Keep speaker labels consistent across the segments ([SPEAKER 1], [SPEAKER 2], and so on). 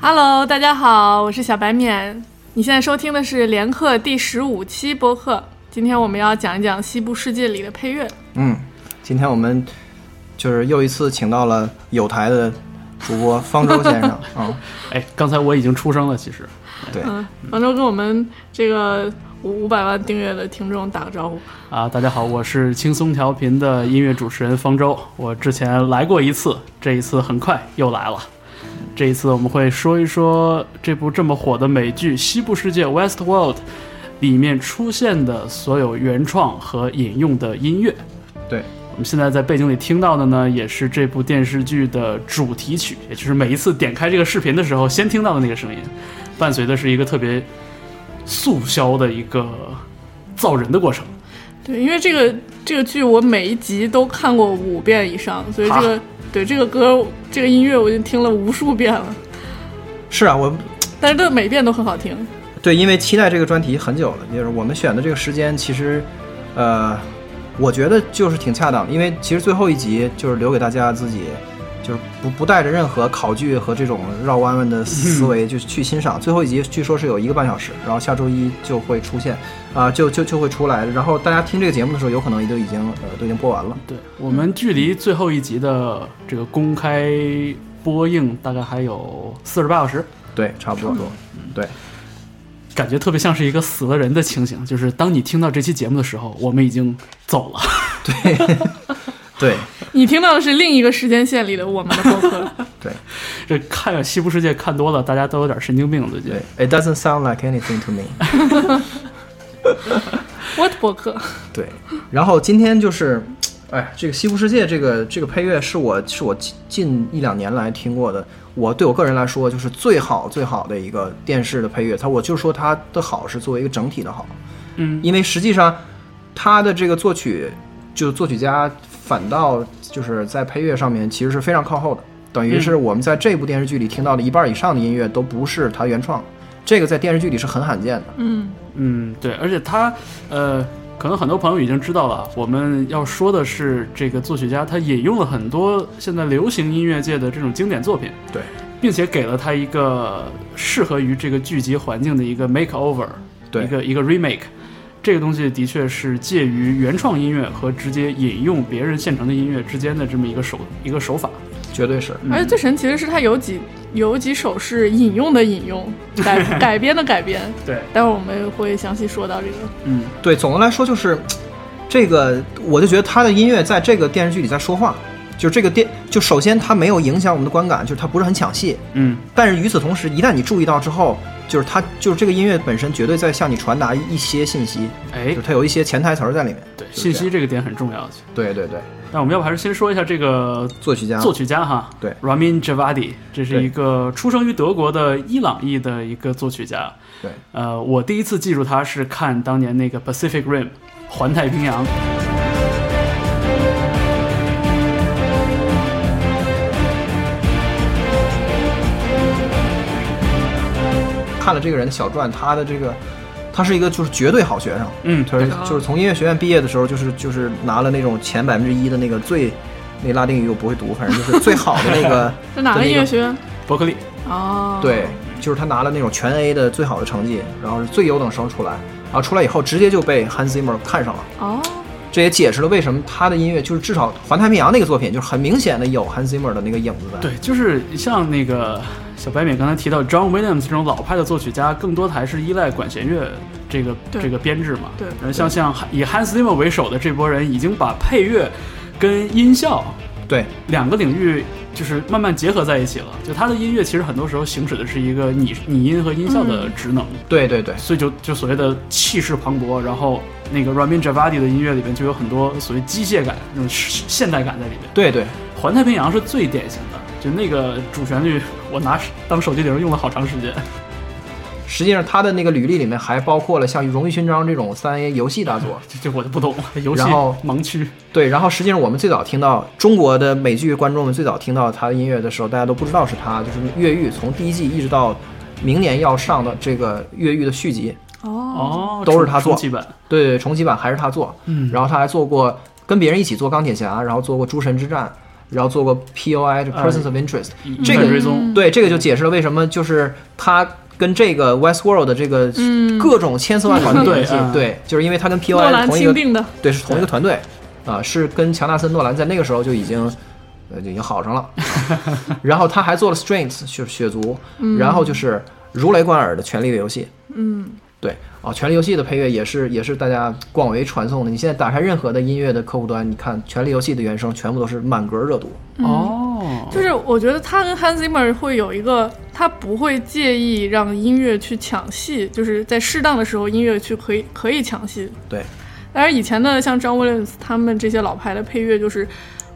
[SPEAKER 1] Hello，大家好，我是小白免。你现在收听的是连课第十五期播客。今天我们要讲一讲《西部世界》里的配乐。
[SPEAKER 2] 嗯，今天我们就是又一次请到了有台的主播方舟先生啊、
[SPEAKER 3] 哎，刚才我已经出声了，其实
[SPEAKER 2] 对，
[SPEAKER 1] 嗯，王舟跟我们这个五五百万订阅的听众打个招呼。
[SPEAKER 3] 啊，大家好，我是轻松调频的音乐主持人方舟，我之前来过一次，这一次很快又来了。这一次我们会说一说这部这么火的美剧《西部世界》（West World） 里面出现的所有原创和引用的音乐。
[SPEAKER 2] 对，
[SPEAKER 3] 我们现在在背景里听到的呢，也是这部电视剧的主题曲，也就是每一次点开这个视频的时候，先听到的那个声音，伴随的是一个特别速销的一个造人的过程。
[SPEAKER 1] 对，因为这个这个剧我每一集都看过五遍以上，所以这个对这个歌这个音乐我已经听了无数遍了，
[SPEAKER 2] 是啊，我
[SPEAKER 1] 但是都每遍都很好听。
[SPEAKER 2] 对，因为期待这个专题很久了，就是我们选的这个时间，其实，呃，我觉得就是挺恰当的，因为其实最后一集就是留给大家自己，就是不不带着任何考据和这种绕弯弯的思维，就是去欣赏。最后一集据说是有一个半小时，然后下周一就会出现，啊、就就就会出来。然后大家听这个节目的时候，有可能都已经呃都已经播完了。
[SPEAKER 3] 对我们距离最后一集的这个公开播映大概还有四十八小时，
[SPEAKER 2] 对，差不多。嗯对，
[SPEAKER 3] 感觉特别像是一个死了人的情形，就是当你听到这期节目的时候，我们已经走了。
[SPEAKER 2] 对，
[SPEAKER 1] 你听到的是另一个时间线里的我们的播客。
[SPEAKER 2] 对，
[SPEAKER 3] 这看《西部世界》看多了，大家都有点神经病，最近
[SPEAKER 2] 对。，It doesn't sound like anything to me。
[SPEAKER 1] What 播客？
[SPEAKER 2] 对，然后今天就是，哎，这个《西部世界》这个这个配乐是我是我近近一两年来听过的，我对我个人来说就是最好最好的一个电视的配乐。它我就说它的好是作为一个整体的好，
[SPEAKER 3] 嗯，
[SPEAKER 2] 因为实际上他的这个作曲就作曲家反倒就是在配乐上面其实是非常靠后的，等于
[SPEAKER 3] 嗯
[SPEAKER 2] 是我们在这部电视剧里听到的一半以上的音乐都不是他原创，这个在电视剧里是很罕见的。
[SPEAKER 1] 嗯，
[SPEAKER 3] 嗯，对，而且他，呃，可能很多朋友已经知道了，我们要说的是这个作曲家他引用了很多现在流行音乐界的这种经典作品，
[SPEAKER 2] 对，
[SPEAKER 3] 并且给了他一个适合于这个剧集环境的一个 makeover，
[SPEAKER 2] 对
[SPEAKER 3] 一个一个 remake。这个东西的确是介于原创音乐和直接引用别人现成的音乐之间的这么一个手一个手法。哎
[SPEAKER 2] 绝对是。
[SPEAKER 1] 而且最神奇的是，它有几有几首是引用的引用，改 改编的改编。
[SPEAKER 3] 对，
[SPEAKER 1] 待会儿我们会详细说到这个。
[SPEAKER 3] 嗯，
[SPEAKER 2] 对，总的来说就是，这个我就觉得他的音乐在这个电视剧里在说话，就是这个电，就首先它没有影响我们的观感，就是它不是很抢戏，
[SPEAKER 3] 嗯，
[SPEAKER 2] 但是与此同时，一旦你注意到之后，就是它就是这个音乐本身绝对在向你传达一些信息，
[SPEAKER 3] 哎
[SPEAKER 2] 就，它有一些潜台词儿在里面。
[SPEAKER 3] 对，
[SPEAKER 2] 就是
[SPEAKER 3] 信
[SPEAKER 2] 这
[SPEAKER 3] 息
[SPEAKER 2] 样，
[SPEAKER 3] 这个点很重要。
[SPEAKER 2] 对对对，
[SPEAKER 3] 那我们要不还是先说一下这个
[SPEAKER 2] 作曲家，
[SPEAKER 3] 作曲家哈，
[SPEAKER 2] 对
[SPEAKER 3] ，Ramin Javadi，这是
[SPEAKER 2] 对
[SPEAKER 3] 一个出生于德国的伊朗裔的一个作曲家。
[SPEAKER 2] 对，
[SPEAKER 3] 呃，我第一次记住他是看当年那个《Pacific Rim》环太平洋。
[SPEAKER 2] 看了这个人的小传，他的这个。他是一个就是绝对好学生，
[SPEAKER 3] 嗯，
[SPEAKER 2] 他是
[SPEAKER 1] 对
[SPEAKER 2] 就是从音乐学院毕业的时候，就是就是拿了那种前百分之一的那个最，那拉丁语我不会读，反正就是最好的那个
[SPEAKER 1] 这哪个音乐学院？
[SPEAKER 3] 伯克利。
[SPEAKER 1] 哦，
[SPEAKER 2] 对，，就是他拿了那种全 A 的最好的成绩，然后是最优等生出来，然后出来以后直接就被 Hans Zimmer 看上了。
[SPEAKER 1] 哦，
[SPEAKER 2] 这也解释了为什么他的音乐就是至少《环太平洋》那个作品，就是很明显的有 Hans Zimmer 的那个影子在。
[SPEAKER 3] 对，就是像那个小白美刚才提到 John Williams 这种老派的作曲家，更多的还是依赖管弦乐这个
[SPEAKER 1] 对
[SPEAKER 3] 这个编制嘛。
[SPEAKER 1] 对
[SPEAKER 3] 而像像以 Hans Zimmer 为首的这波人，已经把配乐跟音效
[SPEAKER 2] 对
[SPEAKER 3] 两个领域就是慢慢结合在一起了。就他的音乐其实很多时候行使的是一个拟拟音和音效的职能，
[SPEAKER 2] 对对对
[SPEAKER 3] 所以就就所谓的气势磅礴。然后那个 Ramin Javadi 的音乐里面就有很多所谓机械感、那种现代感在里面。
[SPEAKER 2] 对对，
[SPEAKER 3] 环太平洋是最典型的，就那个主旋律，我拿当手机铃用了好长时间。
[SPEAKER 2] 实际上他的那个履历里面还包括了像《荣誉勋章》这种三 A 游戏大作。
[SPEAKER 3] 这这我就不懂了，游戏
[SPEAKER 2] 然后
[SPEAKER 3] 盲区。
[SPEAKER 2] 对，然后实际上我们最早听到中国的美剧观众们最早听到他的音乐的时候，大家都不知道是他，就是《越狱》从第一季一直到明年要上的这个《越狱》的续集，
[SPEAKER 1] 哦，
[SPEAKER 3] 哦，
[SPEAKER 2] 嗯都是他做
[SPEAKER 3] 重启版。
[SPEAKER 2] 对对，重启版还是他做，
[SPEAKER 3] 嗯
[SPEAKER 2] 然后他还做过跟别人一起做钢铁侠，然后做过诸神之战，然后做过 POI 这 Persons of Interest，、
[SPEAKER 3] 一
[SPEAKER 2] 这个
[SPEAKER 3] 一份追踪，
[SPEAKER 1] 嗯
[SPEAKER 2] 对，这个就解释了为什么就是它跟这个 Westworld 的这个
[SPEAKER 1] 嗯
[SPEAKER 2] 各种千丝万缕的
[SPEAKER 3] 嗯
[SPEAKER 2] 联系
[SPEAKER 3] 对嗯，
[SPEAKER 2] 对，就是因为它跟
[SPEAKER 1] 诺
[SPEAKER 2] POI 是
[SPEAKER 1] 兰
[SPEAKER 2] 同一
[SPEAKER 1] 钦
[SPEAKER 2] 个，
[SPEAKER 1] 定的，
[SPEAKER 2] 对，是同一个团队，啊，是跟乔纳森诺兰在那个时候就已经。呃，就已经好上 了，然后他还做了 Strength 血血族，然后就是如雷贯耳的《权力的游戏》，
[SPEAKER 1] 嗯，
[SPEAKER 2] 对啊，《权力游戏》的配乐也是也是大家广为传颂的。你现在打开任何的音乐的客户端，你看《权力游戏》的原声全部都是满格热度。
[SPEAKER 3] 哦，
[SPEAKER 2] 嗯
[SPEAKER 1] 就是我觉得他跟 Hans Zimmer 会有一个，他不会介意让音乐去抢戏，就是在适当的时候音乐去可以可以抢戏。
[SPEAKER 2] 对，
[SPEAKER 1] 但是以前的像 John Williams 他们这些老牌的配乐，就是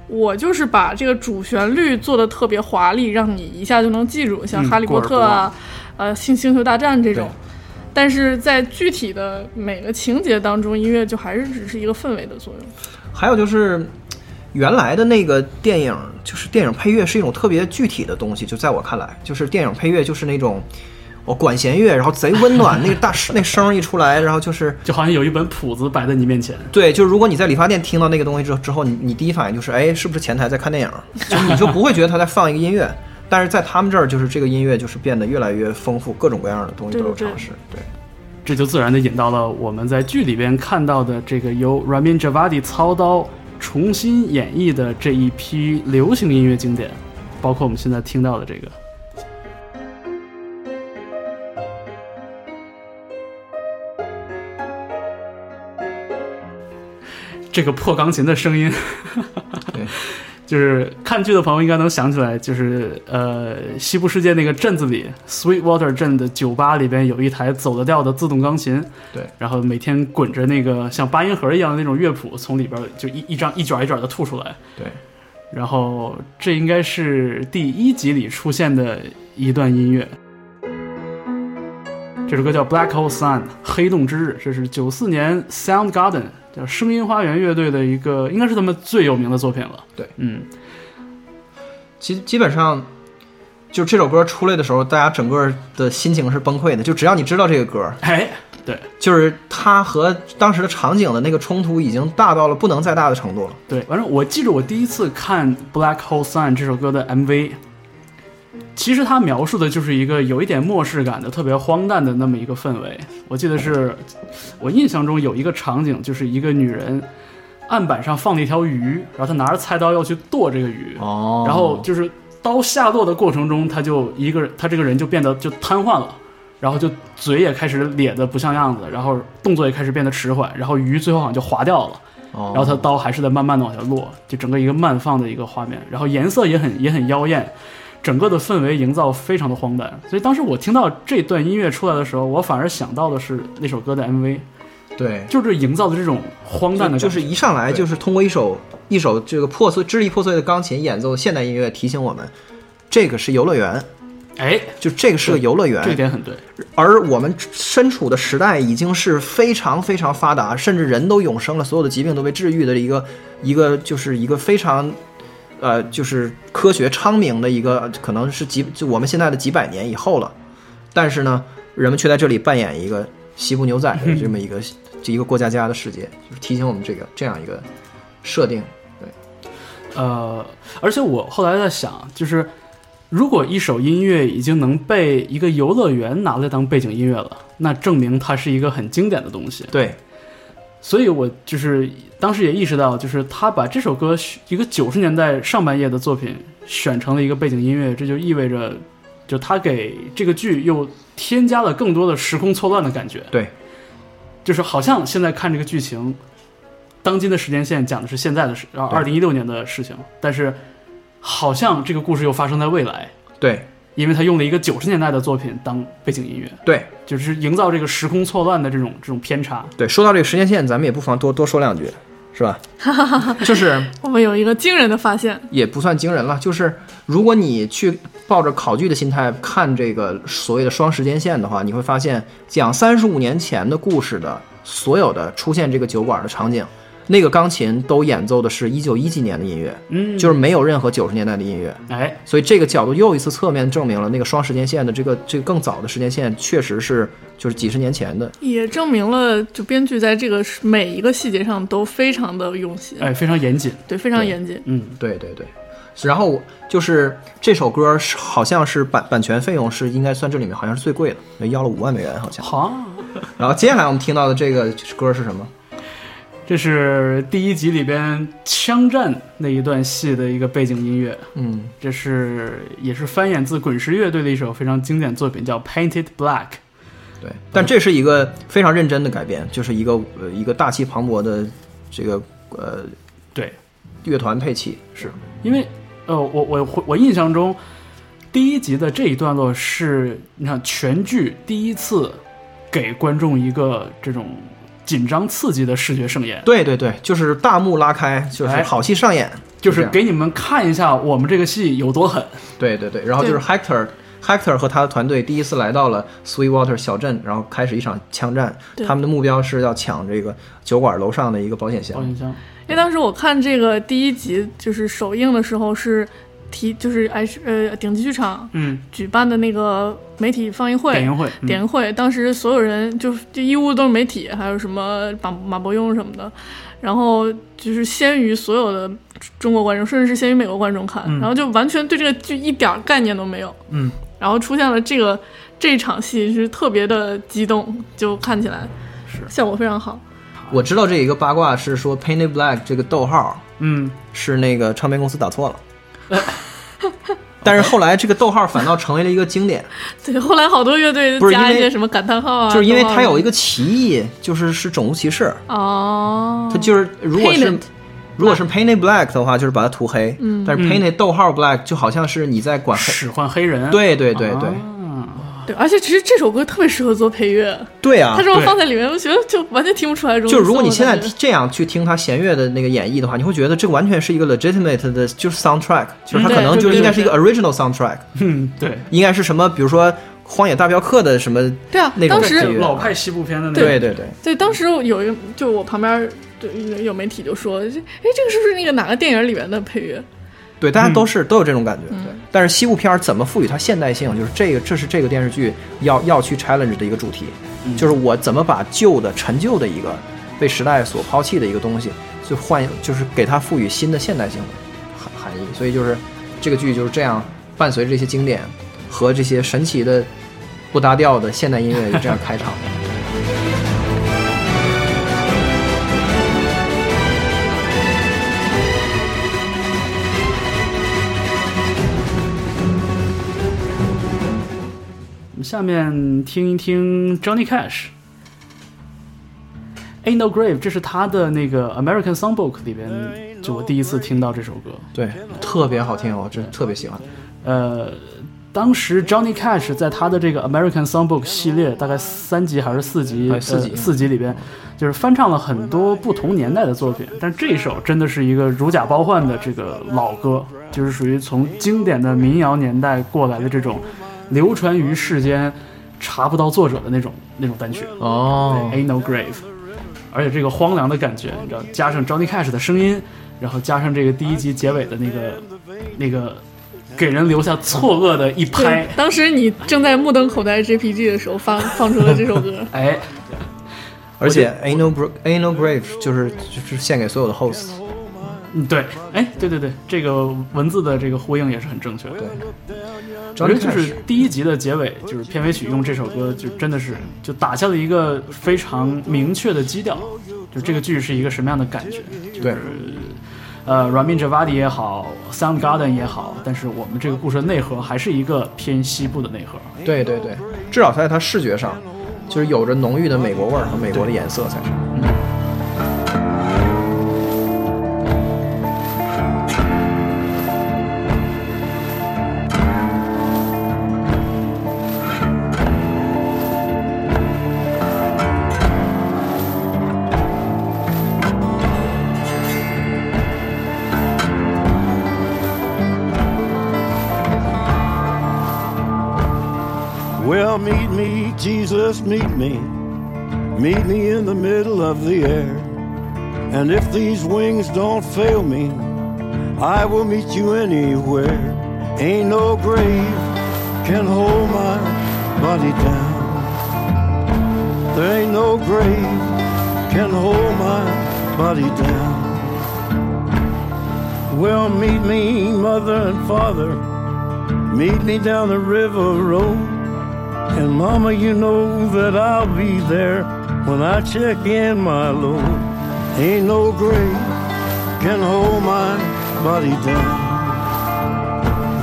[SPEAKER 1] 我就是把这个主旋律做的特别华丽，让你一下就能记住，像
[SPEAKER 3] 嗯
[SPEAKER 1] 《哈利波特》啊，呃，《星星球大战》这种
[SPEAKER 2] 对。
[SPEAKER 1] 但是在具体的每个情节当中，音乐就还是只是一个氛围的作用。
[SPEAKER 2] 还有就是原来的那个电影，就是电影配乐是一种特别具体的东西。就在我看来，就是电影配乐就是那种哦管弦乐，然后贼温暖，那个大那声儿一出来，然后就是
[SPEAKER 3] 就好像有一本谱子摆在你面前，
[SPEAKER 2] 对，就是如果你在理发店听到那个东西之后之后，你你第一反应就是哎，是不是前台在看电影？就你就不会觉得他在放一个音乐。但是在他们这儿，就是这个音乐就是变得越来越丰富，各种各样的东西
[SPEAKER 1] 对
[SPEAKER 2] 都有
[SPEAKER 1] 对
[SPEAKER 2] 尝试。对，
[SPEAKER 3] 这就自然的引到了我们在剧里边看到的这个由 Ramin Djawadi 操刀重新演绎的这一批流行音乐经典，包括我们现在听到的这个。这个破钢琴的声音
[SPEAKER 2] 对，
[SPEAKER 3] 就是看剧的朋友应该能想起来，就是呃，西部世界那个镇子里，Sweetwater 镇的酒吧里边有一台走得调的自动钢琴，
[SPEAKER 2] 对，
[SPEAKER 3] 然后每天滚着那个像八音盒一样的那种乐谱，从里边就一一张一卷一卷的吐出来，
[SPEAKER 2] 对，
[SPEAKER 3] 然后这应该是第一集里出现的一段音乐。这首歌叫《Black Hole Sun》黑洞之日，这是九四年 Soundgarden 叫声音花园乐队的一个，应该是他们最有名的作品了。
[SPEAKER 2] 对，
[SPEAKER 3] 嗯，
[SPEAKER 2] 基基本上，就这首歌出来的时候，大家整个的心情是崩溃的。就只要你知道这个歌，
[SPEAKER 3] 哎，
[SPEAKER 2] 就是它和当时的场景的那个冲突已经大到了不能再大的程度了。
[SPEAKER 3] 对，反正我记着我第一次看《Black Hole Sun》这首歌的 MV，其实它描述的就是一个有一点末世感的、特别荒诞的那么一个氛围。我记得是我印象中有一个场景，就是一个女人案板上放了一条鱼，然后她拿着菜刀要去剁这个鱼，
[SPEAKER 2] 哦
[SPEAKER 3] 然后就是刀下落的过程中，她就一个人，她这个人就变得就瘫痪了。然后就嘴也开始咧得不像样子，然后动作也开始变得迟缓，然后鱼最后好像就划掉了，
[SPEAKER 2] 哦
[SPEAKER 3] 然后它刀还是在慢慢的往下落，就整个一个慢放的一个画面，然后颜色也很也很妖艳，整个的氛围营造非常的荒诞。所以当时我听到这段音乐出来的时候，我反而想到的是那首歌的 MV，
[SPEAKER 2] 对，
[SPEAKER 3] 就是营造的这种荒诞的感觉，
[SPEAKER 2] 就是一上来
[SPEAKER 3] 对
[SPEAKER 2] 就是通过一首一首这个破碎支离破碎的钢琴演奏现代音乐，提醒我们这个是游乐园，
[SPEAKER 3] 哎，
[SPEAKER 2] 就这个是个游乐园。
[SPEAKER 3] 这点很对，
[SPEAKER 2] 而我们身处的时代已经是非常非常发达，甚至人都永生了，所有的疾病都被治愈的一个一个就是一个非常，呃，就是科学昌明的一个，可能是几就我们现在的几百年以后了。但是呢，人们却在这里扮演一个西部牛仔的这么一个这一个过家家的世界，就是提醒我们这个这样一个设定。
[SPEAKER 3] 呃，而且我后来在想，就是如果一首音乐已经能被一个游乐园拿来当背景音乐了，那证明它是一个很经典的东西。
[SPEAKER 2] 对，
[SPEAKER 3] 所以我就是当时也意识到，就是他把这首歌选一个九十年代上半叶的作品选成了一个背景音乐，这就意味着，就他给这个剧又添加了更多的时空错乱的感觉。
[SPEAKER 2] 对，
[SPEAKER 3] 就是好像现在看这个剧情，当今的时间线讲的是现在的事，然后
[SPEAKER 2] 对
[SPEAKER 3] 二零一六年的事情，但是好像这个故事又发生在未来，
[SPEAKER 2] 对，
[SPEAKER 3] 因为他用了一个九十年代的作品当背景音乐，
[SPEAKER 2] 对，
[SPEAKER 3] 就是营造这个时空错乱的这种这种偏差。
[SPEAKER 2] 对。说到这个时间线，咱们也不妨多多说两句，是吧？ 就是。
[SPEAKER 1] 我们有一个惊人的发现，
[SPEAKER 2] 也不算惊人了。就是如果你去抱着考据的心态看这个所谓的双时间线的话，你会发现讲三十五年前的故事的所有的出现这个酒馆的场景，那个钢琴都演奏的是一九一几年的音乐，
[SPEAKER 3] 嗯，
[SPEAKER 2] 就是没有任何九十年代的音乐。
[SPEAKER 3] 哎，
[SPEAKER 2] 所以这个角度又一次侧面证明了那个双时间线的这个这个更早的时间线确实是就是几十年前的。
[SPEAKER 1] 也证明了就编剧在这个是每一个细节上都非常的用心，
[SPEAKER 3] 哎，非常严谨。
[SPEAKER 1] 对，非常
[SPEAKER 2] 对
[SPEAKER 1] 严谨。
[SPEAKER 3] 嗯，
[SPEAKER 2] 对对对，然后我就是这首歌是好像是版版权费用是应该算这里面好像是最贵的，要了五万美元好像。
[SPEAKER 3] 好，
[SPEAKER 2] 然后接下来我们听到的这个歌是什么？
[SPEAKER 3] 这是第一集里边枪战那一段戏的一个背景音乐，
[SPEAKER 2] 嗯，
[SPEAKER 3] 这是也是翻演自滚石乐队的一首非常经典作品，叫《Painted Black》。
[SPEAKER 2] 对，但这是一个非常认真的改编，就是一个呃一个大气磅礴的这个呃
[SPEAKER 3] 对，
[SPEAKER 2] 乐团配器是
[SPEAKER 3] 因为呃，我我我我印象中第一集的这一段落是，你看全剧第一次给观众一个这种紧张刺激的视觉盛宴，
[SPEAKER 2] 对对对，就是大幕拉开，就是
[SPEAKER 3] 哎
[SPEAKER 2] 好戏上演，
[SPEAKER 3] 就
[SPEAKER 2] 这
[SPEAKER 3] 是
[SPEAKER 2] 样
[SPEAKER 3] 给你们看一下我们这个戏有多狠。
[SPEAKER 2] 对对对，然后就是 Hector。Hector 和他的团队第一次来到了 Sweetwater 小镇，然后开始一场枪战。
[SPEAKER 1] 对
[SPEAKER 2] 他们的目标是要抢这个酒馆楼上的一个保险
[SPEAKER 3] 保
[SPEAKER 2] 箱。
[SPEAKER 3] 险箱，
[SPEAKER 1] 因为当时我看这个第一集就是首映的时候是提就是哎是呃顶级剧场
[SPEAKER 3] 嗯，
[SPEAKER 1] 举办的那个媒体放映会。
[SPEAKER 3] 点映会，嗯
[SPEAKER 1] 点映会，当时所有人就就一屋都是媒体，还有什么马马伯庸什么的，然后就是先于所有的中国观众，甚至是先于美国观众看，
[SPEAKER 3] 嗯
[SPEAKER 1] 然后就完全对这个剧一点儿概念都没有。
[SPEAKER 3] 嗯，
[SPEAKER 1] 然后出现了这个这场戏是特别的激动，就看起来
[SPEAKER 3] 是
[SPEAKER 1] 效果非常好。
[SPEAKER 2] 我知道这一个八卦是说 Painted Black 这个逗号
[SPEAKER 3] 嗯，
[SPEAKER 2] 是那个唱片公司打错了，但是后来这个逗号反倒成为了一个经典，
[SPEAKER 1] 对，后来好多乐队都
[SPEAKER 2] 不是
[SPEAKER 1] 加
[SPEAKER 2] 因
[SPEAKER 1] 一
[SPEAKER 2] 为
[SPEAKER 1] 些什么感叹号啊，
[SPEAKER 2] 就是因为它有一
[SPEAKER 1] 个
[SPEAKER 2] 个歧义，就是是种族歧视。
[SPEAKER 1] 哦，
[SPEAKER 2] 它就是如果是
[SPEAKER 1] Painted
[SPEAKER 2] 如果是 Painted Black 的话，就是把它涂黑，
[SPEAKER 1] 嗯
[SPEAKER 2] 但是 Painted 逗号 Black 就好像是你在管黑。
[SPEAKER 3] 使唤黑人，
[SPEAKER 2] 对对对对、
[SPEAKER 3] 啊
[SPEAKER 1] 对，而且其实这首歌特别适合做配乐，
[SPEAKER 2] 对啊
[SPEAKER 1] 它！这么
[SPEAKER 3] 对
[SPEAKER 1] 放在里面，我觉得就完全听不出来中。
[SPEAKER 2] 就是如果你现在
[SPEAKER 1] 感觉
[SPEAKER 2] 这样去听它弦乐的那个演绎的话，你会觉得这完全是一个 legitimate 的，就是 soundtrack，就是
[SPEAKER 1] 嗯
[SPEAKER 2] 它
[SPEAKER 1] 对
[SPEAKER 2] 可能
[SPEAKER 1] 对
[SPEAKER 2] 就
[SPEAKER 1] 对
[SPEAKER 2] 应该
[SPEAKER 1] 对
[SPEAKER 2] 是一个 original soundtrack，
[SPEAKER 3] 嗯，对，
[SPEAKER 2] 应该是什么，比如说《荒野大镖客》的什么，
[SPEAKER 1] 对啊
[SPEAKER 2] 那，
[SPEAKER 1] 当
[SPEAKER 2] 种配
[SPEAKER 1] 时
[SPEAKER 2] 乐
[SPEAKER 3] 老派西部片的那
[SPEAKER 2] 对
[SPEAKER 3] 个，
[SPEAKER 2] 对对，
[SPEAKER 1] 对，当时有一个，就我旁边对有有媒体就说，这哎，这个是不是那个哪个电影里面的配乐？
[SPEAKER 2] 对，大家都是、都有这种感觉。
[SPEAKER 1] 嗯
[SPEAKER 2] 对，但是西部片儿怎么赋予它现代性，就是这个，这是这个电视剧要要去 challenge 的一个主题，
[SPEAKER 3] 嗯
[SPEAKER 2] 就是我怎么把旧的、陈旧的一个被时代所抛弃的一个东西，就换，就是给它赋予新的现代性的含含义。所以就是这个剧就是这样，伴随着这些经典和这些神奇的不搭调的现代音乐，就这样开场。
[SPEAKER 3] 下面听一听 Johnny Cash。Ain't No Grave，这是他的那个 American Songbook 里边，就我第一次听到这首歌。
[SPEAKER 2] 对，特别好听，我真特别喜欢。
[SPEAKER 3] 呃，当时 Johnny Cash 在他的这个 American Songbook 系列，大概三集还是四集，
[SPEAKER 2] 哎四集
[SPEAKER 3] 呃四集里边，就是翻唱了很多不同年代的作品，但这首真的是一个如假包换的这个老歌，就是属于从经典的民谣年代过来的这种流传于世间查不到作者的那种那种单曲。
[SPEAKER 2] 哦
[SPEAKER 3] 对，Ain't No Grave，而且这个荒凉的感觉，你知道，加上 Johnny Cash 的声音，然后加上这个第一集结尾的那个那个，给人留下错愕的一拍，
[SPEAKER 1] 对，，当时你正在目瞪口呆 JPG 的时候放放出了这首歌
[SPEAKER 3] 哎，
[SPEAKER 2] 而且 Ain't No Gra- Ain't No Grave 就是就是献给所有的 host。
[SPEAKER 3] 嗯，对，哎，对对对，这个文字的这个呼应也是很正确的。
[SPEAKER 2] 对，
[SPEAKER 3] 我觉得
[SPEAKER 2] Johnny
[SPEAKER 3] 就
[SPEAKER 2] Cash
[SPEAKER 3] 是第一集的结尾，就是片尾曲用这首歌，就真的是就打下了一个非常明确的基调，就这个剧是一个什么样的感觉。
[SPEAKER 2] 对，
[SPEAKER 3] 呃，Ramin Javadi 也好，Soundgarden 也好，但是我们这个故事的内核还是一个偏西部的内核。
[SPEAKER 2] 对对对，至少在它视觉上，就是有着浓郁的美国味儿和美国的颜色才是。
[SPEAKER 4] Well, meet me, Jesus, meet me. Meet me in the middle of the air. And if these wings don't fail me, I will meet you anywhere. Ain't no grave can hold my body down. There ain't no grave can hold my body down. Well, meet me, mother and father. Meet me down the river road. And mama, you know that I'll be there when I check in my load. Ain't no grave can hold my body down.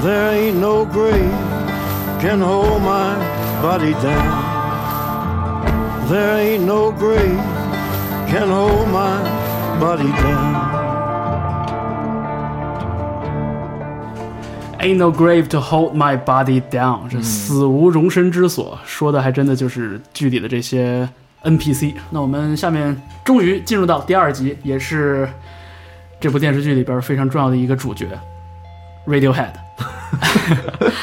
[SPEAKER 4] There ain't no grave can hold my body down. There ain't no grave can hold my body down.
[SPEAKER 3] Ain't no grave to hold my body down，这死无容身之所，说的还真的就是剧里的这些 NPC。那我们下面终于进入到第二集，也是这部电视剧里边非常重要的一个主角，Radiohead。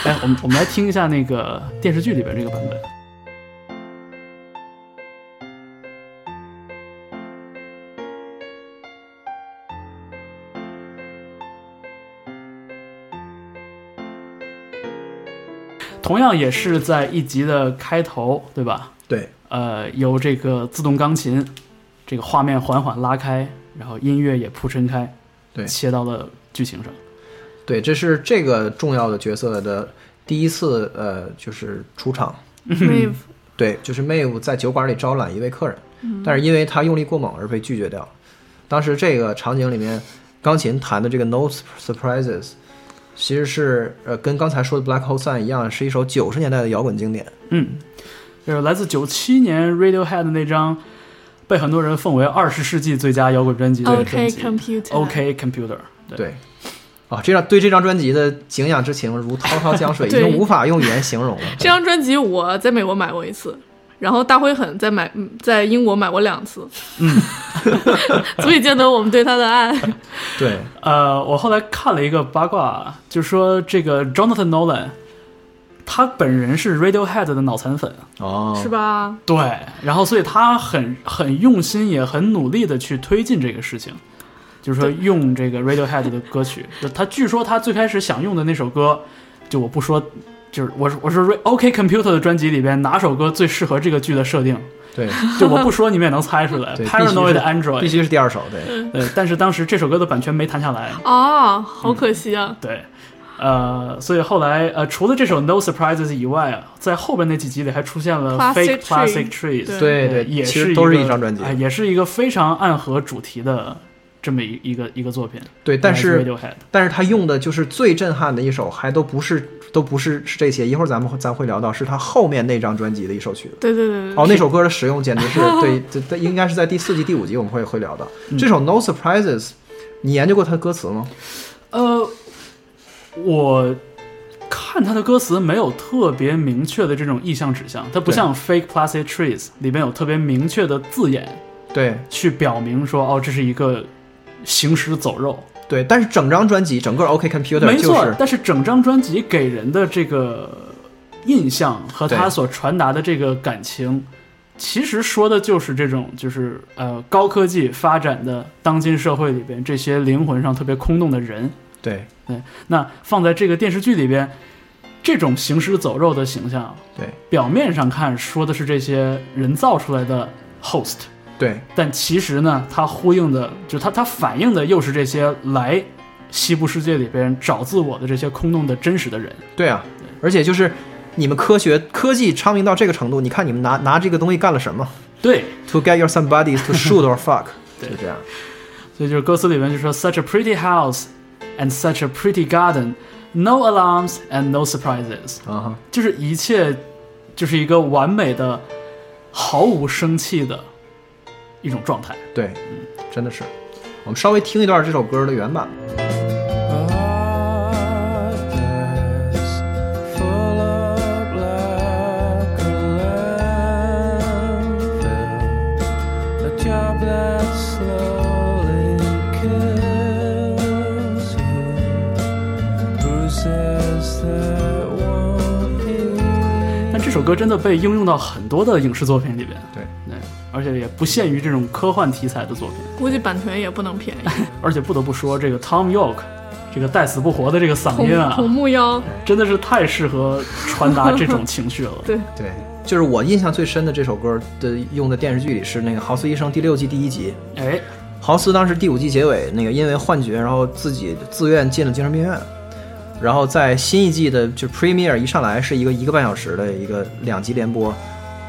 [SPEAKER 3] 哎，我们我们来听一下那个电视剧里边这个版本。同样也是在一集的开头，对吧？
[SPEAKER 2] 对，
[SPEAKER 3] 呃，由这个自动钢琴，这个画面缓缓拉开，然后音乐也铺陈开，
[SPEAKER 2] 对
[SPEAKER 3] 切到了剧情上。
[SPEAKER 2] 对，这是这个重要的角色的第一次呃，就是出场。
[SPEAKER 1] Wave
[SPEAKER 2] 对，就是 Mave 在酒馆里招揽一位客人，但是因为他用力过猛而被拒绝掉了。当时这个场景里面，钢琴弹的这个 No Surprises，其实是呃跟刚才说的 Black Hole Sun 一样，是一首九十年代的摇滚经典。
[SPEAKER 3] 嗯，就是来自九七年 Radiohead 那张被很多人奉为二十世纪最佳摇滚专辑的专
[SPEAKER 1] OK
[SPEAKER 3] 辑
[SPEAKER 1] Computer
[SPEAKER 3] OK Computer。对，
[SPEAKER 2] 对，啊，这张对这张专辑的敬仰之情如滔 滔江水，已
[SPEAKER 1] 对
[SPEAKER 2] 经无法用语言形容了。
[SPEAKER 1] 这张专辑我在美国买过一次，然后大灰狠在买嗯在英国买过两次，嗯， 足以见得我们对他的爱。
[SPEAKER 2] 对，
[SPEAKER 3] 呃，我后来看了一个八卦，就说这个 Jonathan Nolan，他本人是 Radiohead 的脑残粉。
[SPEAKER 2] 哦，
[SPEAKER 1] 是吧？
[SPEAKER 3] 对，然后所以他很很用心，也很努力的去推进这个事情，就是说用这个 Radiohead 的歌曲。 就他据说他最开始想用的那首歌，就我不说，就是我我说 OK Computer 的专辑里边哪首歌最适合这个剧的设定，
[SPEAKER 2] 对，
[SPEAKER 3] 就我不说你们也能猜出来。
[SPEAKER 2] 对，必须是
[SPEAKER 3] Paranoid
[SPEAKER 2] 必
[SPEAKER 3] Android，
[SPEAKER 2] 须是第二首，对，
[SPEAKER 3] 对，但是当时这首歌的版权没谈下来，
[SPEAKER 1] 啊，好可惜啊！
[SPEAKER 3] 对。呃，所以后来呃，除了这首《No Surprises》以外啊，在后边那几集里还出现了
[SPEAKER 1] Plastic
[SPEAKER 3] Fake
[SPEAKER 1] Trees
[SPEAKER 3] Plastic Trees，
[SPEAKER 1] 对
[SPEAKER 2] 对对，
[SPEAKER 3] 也
[SPEAKER 2] 其实
[SPEAKER 3] 一
[SPEAKER 2] 都是
[SPEAKER 3] 个
[SPEAKER 2] 一张专辑。
[SPEAKER 3] 哎也是一个非常暗合主题的这么一一个一个作品。
[SPEAKER 2] 对，但
[SPEAKER 3] 来
[SPEAKER 2] 是
[SPEAKER 3] 自 Radiohead
[SPEAKER 2] 但是他用的就是最震撼的一首，还都不是都不是是这些。一会儿咱们会咱会聊到，是他后面那张专辑的一首曲子。
[SPEAKER 1] 对对对对，
[SPEAKER 2] 哦，那首歌的使用简直 是对，这这应该是在第四季、第五集我们会会聊到
[SPEAKER 3] 嗯
[SPEAKER 2] 这首《No Surprises》。你研究过它的歌词吗？
[SPEAKER 3] 呃，我看它的歌词没有特别明确的这种意向指向，它不
[SPEAKER 2] 对
[SPEAKER 3] 像 Fake Plastic Trees 里面有特别明确的字眼
[SPEAKER 2] 对
[SPEAKER 3] 去表明说哦这是一个行尸走肉。
[SPEAKER 2] 对，但是整张专辑，整个 OK Computer
[SPEAKER 3] 没
[SPEAKER 2] 就
[SPEAKER 3] 错，
[SPEAKER 2] 是
[SPEAKER 3] 但是整张专辑给人的这个印象和他
[SPEAKER 2] 对
[SPEAKER 3] 所传达的这个感情，其实说的就是这种，就是呃高科技发展的当今社会里边这些灵魂上特别空洞的人。
[SPEAKER 2] 对
[SPEAKER 3] 那放在这个电视剧里边，这种行尸走肉的形象，
[SPEAKER 2] 对
[SPEAKER 3] 表面上看说的是这些人造出来的 host，
[SPEAKER 2] 对
[SPEAKER 3] 但其实呢，它呼应的就它它反映的又是这些来西部世界里边找自我的这些空洞的真实的人。
[SPEAKER 2] 对啊！而且就是你们科学科技昌明到这个程度，你看你们拿拿这个东西干了什么
[SPEAKER 3] 对，
[SPEAKER 2] ？To get your somebody to shoot or fuck，就这样。
[SPEAKER 3] 所以就是歌词里面就说 such a pretty house and such a pretty garden, no alarms and no surprises，
[SPEAKER 2] 啊哈，
[SPEAKER 3] 就是一切就是一个完美的、毫无生气的一种状态。
[SPEAKER 2] 对，真的是。我们稍微听一段这首歌的原版吧。
[SPEAKER 3] 但这首歌真的被应用到很多的影视作品里边，
[SPEAKER 2] 对
[SPEAKER 3] 对，而且也不限于这种科幻题材的作品。
[SPEAKER 1] 估计版权也不能便宜。
[SPEAKER 3] 而且不得不说，这个 Tom York，这个带死不活的这个嗓
[SPEAKER 1] 红
[SPEAKER 3] 音啊，
[SPEAKER 1] 红木腰，
[SPEAKER 3] 真的是太适合传达这种情绪了。
[SPEAKER 1] 对
[SPEAKER 2] 对，就是我印象最深的这首歌的用的电视剧里是那个《豪斯医生》第六季第一集，
[SPEAKER 3] 哎，
[SPEAKER 2] 豪斯当时第五季结尾那个因为幻觉，然后自己自愿进了精神病院，然后在新一季的就 premiere 一上来是一个一个半小时的一个两集联播，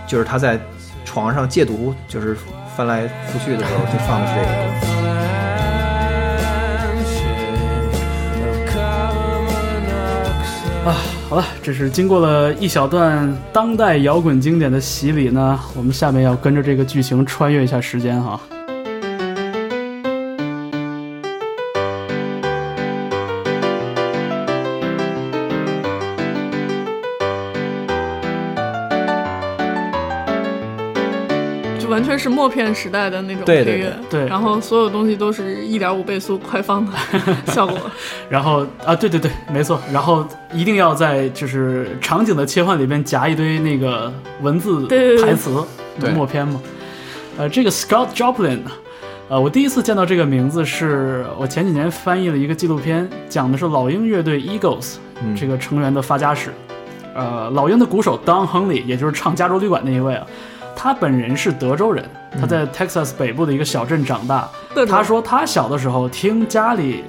[SPEAKER 2] 就是他在床上戒毒，就是翻来覆去的时候就放的是这个歌。
[SPEAKER 3] 啊，好了，这是经过了一小段当代摇滚经典的洗礼呢，我们下面要跟着这个剧情穿越一下时间哈。
[SPEAKER 1] 就完全是默片时代的那种
[SPEAKER 2] 对
[SPEAKER 1] 配
[SPEAKER 2] 对
[SPEAKER 1] 乐，
[SPEAKER 3] 对对
[SPEAKER 1] 然后所有东西都是一点五倍速快放的 效果，
[SPEAKER 3] 然后啊，对对对，没错。然后一定要在就是场景的切换里边夹一堆那个文字
[SPEAKER 1] 对对对
[SPEAKER 3] 台词
[SPEAKER 2] 对
[SPEAKER 3] 默片嘛。呃，这个 Scott Joplin，呃，我第一次见到这个名字是我前几年翻译了一个纪录片，讲的是老鹰乐队 Eagles
[SPEAKER 2] 嗯
[SPEAKER 3] 这个成员的发家史。呃，老鹰的鼓手 Don Henley，也就是唱《加州旅馆》那一位啊，他本人是德州人，他在 Texas 北部的一个小镇长大。
[SPEAKER 1] 各种
[SPEAKER 3] 他说他小的时候听家里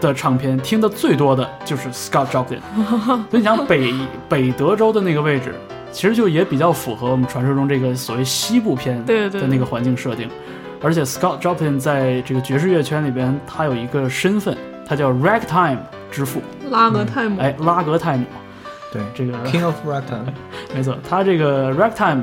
[SPEAKER 3] 的唱片听的最多的就是 Scott Joplin，所以你想北北德州的那个位置，其实就也比较符合我们传说中这个所谓西部片
[SPEAKER 1] 对对
[SPEAKER 3] 的那个环境设定。而且 Scott Joplin 在这个爵士乐圈里边，他有一个身份，他叫 Ragtime 之父，
[SPEAKER 1] 拉格泰姆，
[SPEAKER 3] 哎，拉格泰姆。
[SPEAKER 2] 对
[SPEAKER 3] 这 个
[SPEAKER 2] ，King of Ragtime，
[SPEAKER 3] 没错，他这个 ragtime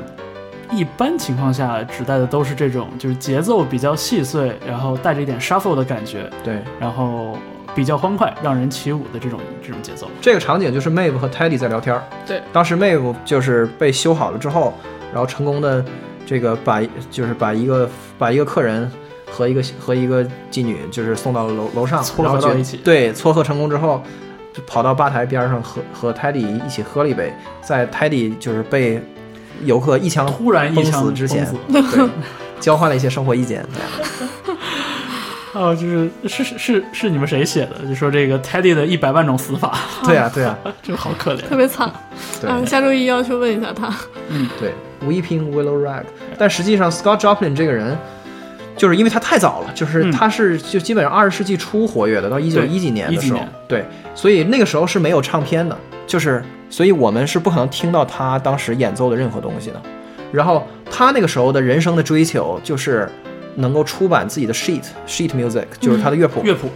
[SPEAKER 3] 一般情况下指代的都是这种，就是节奏比较细碎，然后带着一点 shuffle 的感觉，
[SPEAKER 2] 对，
[SPEAKER 3] 然后比较欢快，让人起舞的这种这种节奏。
[SPEAKER 2] 这个场景就是 Mave 和 Teddy 在聊天儿。
[SPEAKER 1] 对，
[SPEAKER 2] 当时 Mave 就是被修好了之后，然后成功的这个把就是把一个把一个客人和一个和一个妓女就是送到了楼楼上，
[SPEAKER 3] 撮合
[SPEAKER 2] 然后
[SPEAKER 3] 到
[SPEAKER 2] 就
[SPEAKER 3] 一起
[SPEAKER 2] 对，撮合成功之后，就跑到吧台边上和和 Teddy 一起喝了一杯，在 Teddy 就是被游客一枪
[SPEAKER 3] 突然一
[SPEAKER 2] 崩
[SPEAKER 3] 枪
[SPEAKER 2] 死之前，
[SPEAKER 3] 崩
[SPEAKER 2] 对，交换了一些生活意见。
[SPEAKER 3] 哦，就是是是是是你们谁写的？就说这个 Teddy 的一百万种死法，
[SPEAKER 2] 对啊，对啊，
[SPEAKER 3] 这个好可怜。
[SPEAKER 1] 特别惨。
[SPEAKER 2] 对。
[SPEAKER 1] 啊，下周一要去问一下他，
[SPEAKER 2] 对，吴一拼 Willow Rag，但实际上 Scott Joplin 这个人，就是因为他太早了，就是
[SPEAKER 3] 嗯
[SPEAKER 2] 他是就基本上二十世纪初活跃的，到一九
[SPEAKER 3] 对
[SPEAKER 2] 一几年的时
[SPEAKER 3] 19
[SPEAKER 2] 候
[SPEAKER 3] 年，
[SPEAKER 2] 对，所以那个时候是没有唱片的，就是所以我们是不可能听到他当时演奏的任何东西的。然后他那个时候的人生的追求就是能够出版自己的 sheet sheet music，就是他的嗯乐谱，
[SPEAKER 3] 乐谱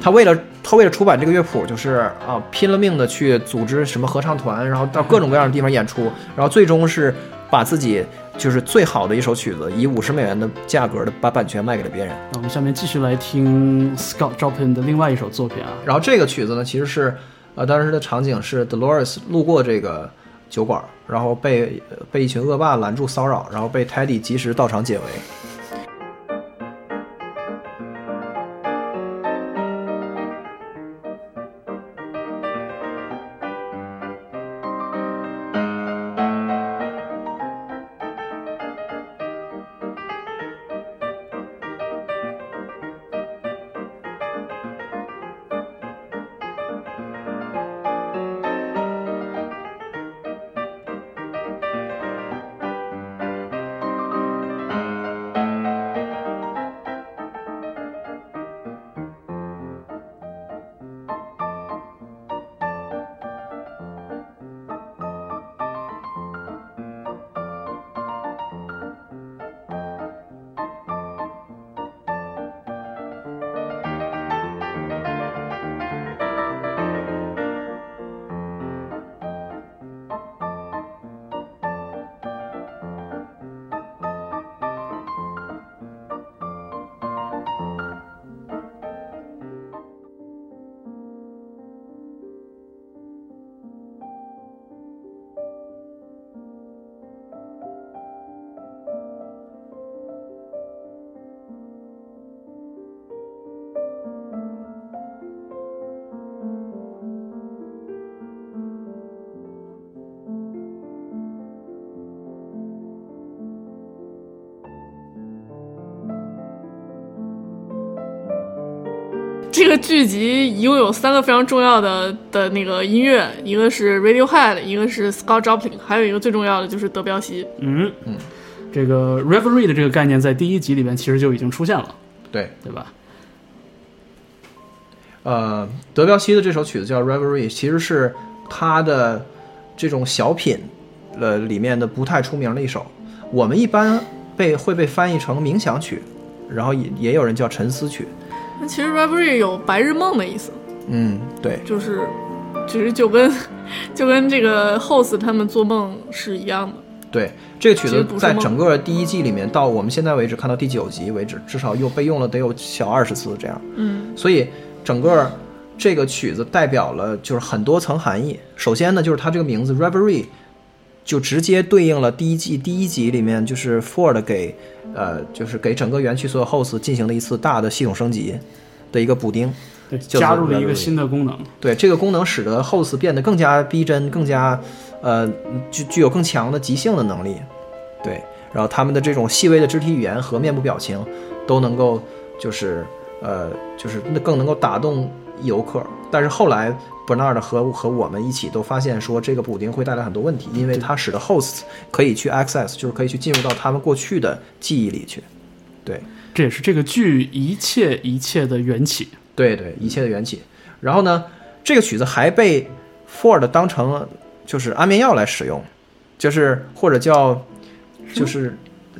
[SPEAKER 2] 他为了他为了出版这个乐谱，就是啊拼了命的去组织什么合唱团，然后到各种各样的地方演出，然后最终是把自己就是最好的一首曲子，以五十美元的价格的把版权卖给了别人。
[SPEAKER 3] 那我们下面继续来听 Scott Joplin 的另外一首作品啊，
[SPEAKER 2] 然后这个曲子呢，其实是呃当时的场景是 Dolores 路过这个酒馆，然后被呃被一群恶霸拦住骚扰，然后被 Teddy 及时到场解围。
[SPEAKER 1] 这个剧集一共有三个非常重要的的那个音乐，一个是 Radiohead，一个是 Scott Joplin，还有一个最重要的就是德彪西。
[SPEAKER 3] 嗯嗯，这个 reverie 的这个概念在第一集里边其实就已经出现了。
[SPEAKER 2] 对，
[SPEAKER 3] 对吧？
[SPEAKER 2] 呃，德彪西的这首曲子叫《Reverie》，其实是他的这种小品呃里面的不太出名的一首。我们一般被会被翻译成冥想曲，然后也也有人叫沉思曲。
[SPEAKER 1] 那其实 reverie 有白日梦的意思，
[SPEAKER 2] 嗯，对，
[SPEAKER 1] 就是其实就跟 就跟这个 host 他们做梦是一样的。
[SPEAKER 2] 对，这个曲
[SPEAKER 1] 其实
[SPEAKER 2] 子
[SPEAKER 1] 不是
[SPEAKER 2] 在
[SPEAKER 1] 梦
[SPEAKER 2] 整个第一季里面，到我们现在为止看到第九集为止，至少又被用了得有小二十次这样。
[SPEAKER 1] 嗯，
[SPEAKER 2] 所以整个这个曲子代表了就是很多层含义。首先呢，就是它这个名字 Reverie 就直接对应了第一季第一集里面就是 Ford 给呃就是给整个园区所有 host 进行了一次大的系统升级的一个补丁。
[SPEAKER 3] 对，
[SPEAKER 2] 就是
[SPEAKER 3] 加入了一个
[SPEAKER 2] Reverie
[SPEAKER 3] 新的功能。
[SPEAKER 2] 对这个功能，使得 host 变得更加逼真，更加呃具具有更强的即兴的能力。对，然后他们的这种细微的肢体语言和面部表情都能够就是呃就是那更能够打动游客。但是后来 Bernard 和和我们一起都发现说，这个补丁会带来很多问题，因为它使得 host 可以去 access，就是可以去进入到他们过去的记忆里去。对，
[SPEAKER 3] 这也是这个剧一切一切的缘起。
[SPEAKER 2] 对对，一切的缘起。然后呢，这个曲子还被 Ford 当成就是安眠药来使用，就是或者叫就是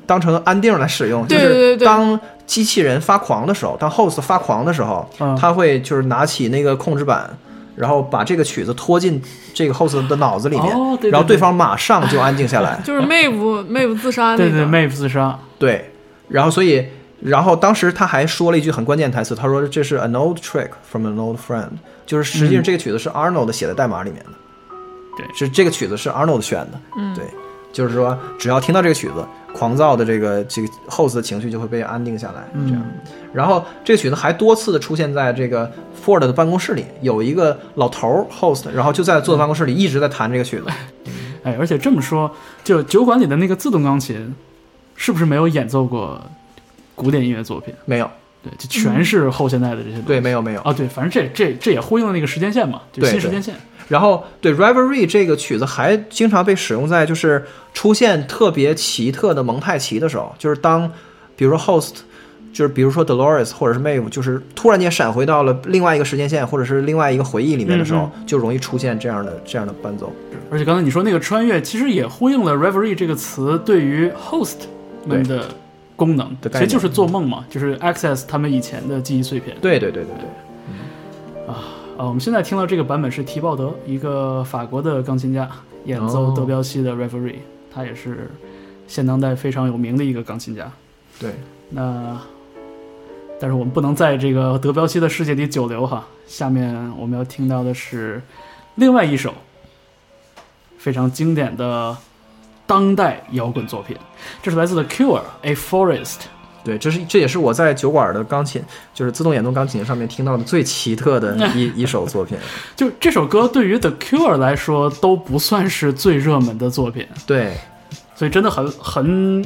[SPEAKER 2] 当成安定来使用，
[SPEAKER 1] 对对对
[SPEAKER 2] 就是
[SPEAKER 1] 对
[SPEAKER 2] 当机器人发狂的时候，当 host 发狂的时候，
[SPEAKER 3] 嗯
[SPEAKER 2] 他会就是拿起那个控制板。然后把这个曲子拖进这个 host 的脑子里面，
[SPEAKER 3] 哦对对
[SPEAKER 2] 然后对
[SPEAKER 3] 对
[SPEAKER 2] 方马上就安静下来。
[SPEAKER 1] 就是 Mave Mave 自杀那个。
[SPEAKER 3] 对对，Mave 自杀，
[SPEAKER 2] 对，然后所以，然后当时他还说了一句很关键的台词，他说这是 an old trick from an old friend，就是实际上这个曲子是 Arnold 写在代码里面的，
[SPEAKER 3] 对
[SPEAKER 2] 是这个曲子是 Arnold 选的，嗯，对，就是说只要听到这个曲子，狂躁的这个这个 host 的情绪就会被安定下来，这样。然后这个曲子还多次的出现在这个 Ford 的办公室里，有一个老头儿 host，然后就在坐在办公室里一直在弹这个曲子，
[SPEAKER 3] 哎，而且这么说，就酒馆里的那个自动钢琴，是不是没有演奏过古典音乐作品？
[SPEAKER 2] 没有，
[SPEAKER 3] 对，就全是后现代的这些东西。
[SPEAKER 2] 嗯对，没有没有，
[SPEAKER 3] 啊，对，反正这这这也呼应了那个时间线嘛，就
[SPEAKER 2] 对
[SPEAKER 3] 新时
[SPEAKER 2] 对
[SPEAKER 3] 间线。
[SPEAKER 2] 然后，对《Reverie》这个曲子还经常被使用在就是出现特别奇特的蒙太奇的时候，就是当比如说 host，就是比如说 Dolores 或者是 Maeve，就是突然间闪回到了另外一个时间线或者是另外一个回忆里面的时候，就容易出现这样的这样的伴奏。
[SPEAKER 3] 而且刚才你说那个穿越，其实也呼应了 reverie 这个词对于 host 们的功能，
[SPEAKER 2] 的
[SPEAKER 3] 其
[SPEAKER 2] 概
[SPEAKER 3] 实
[SPEAKER 2] 念
[SPEAKER 3] 就是做梦嘛，就是 access 他们以前的记忆碎片。
[SPEAKER 2] 对对对对对，
[SPEAKER 3] 啊，我们现在听到这个版本是提鲍德，一个法国的钢琴家演奏
[SPEAKER 2] 哦
[SPEAKER 3] 德彪西的 reverie，、他也是现当代非常有名的一个钢琴家。
[SPEAKER 2] 对，
[SPEAKER 3] 那，但是我们不能在这个德彪西的世界里久留哈。下面我们要听到的是另外一首非常经典的当代摇滚作品，这是来自 The Cure，《A Forest》。
[SPEAKER 2] 对，这是这也是我在酒馆的钢琴，就是自动演奏钢琴上面听到的最奇特的一 一首作品。
[SPEAKER 3] 就这首歌对于 The Cure 来说都不算是最热门的作品，
[SPEAKER 2] 对，
[SPEAKER 3] 所以真的很很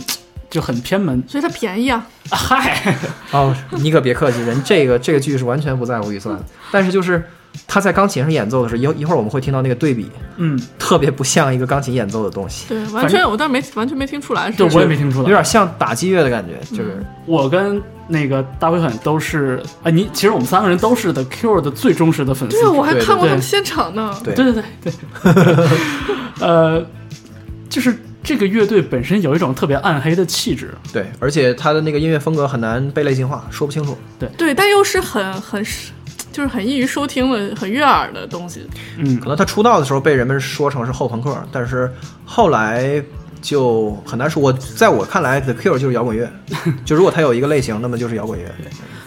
[SPEAKER 3] 就很偏门。
[SPEAKER 1] 所以它便宜啊，
[SPEAKER 3] 嗨，
[SPEAKER 2] 哦，你可别客气，人这个这个剧是完全不在乎预算的，但是就是他在钢琴上演奏的时候，一一会儿我们会听到那个对比，
[SPEAKER 3] 嗯，
[SPEAKER 2] 特别不像一个钢琴演奏的东西，
[SPEAKER 1] 对，完
[SPEAKER 3] 反正
[SPEAKER 1] 全我但没完全没听出来是
[SPEAKER 3] 对，我也没听出
[SPEAKER 2] 有
[SPEAKER 3] 来。
[SPEAKER 2] 点像打击乐的感觉，就是
[SPEAKER 3] 我跟那个大灰狠都是，啊，你其实我们三个人都是 The Cure 的最忠实的粉丝。
[SPEAKER 1] 对，啊我还
[SPEAKER 2] 对对
[SPEAKER 1] 看过他
[SPEAKER 3] 对
[SPEAKER 1] 们现场呢。
[SPEAKER 2] 对
[SPEAKER 3] 对对对对，呃， 就是这个乐队本身有一种特别暗黑的气质，
[SPEAKER 2] 对，而且他的那个音乐风格很难被类型化，说不清楚。
[SPEAKER 1] 对，但又是很很就是很易于收听的、很悦耳的东西。
[SPEAKER 3] 嗯
[SPEAKER 2] 可能他出道的时候被人们说成是后朋克，但是后来就很难说。我在我看来，The Cure 就是摇滚乐，就如果他有一个类型，那么就是摇滚乐。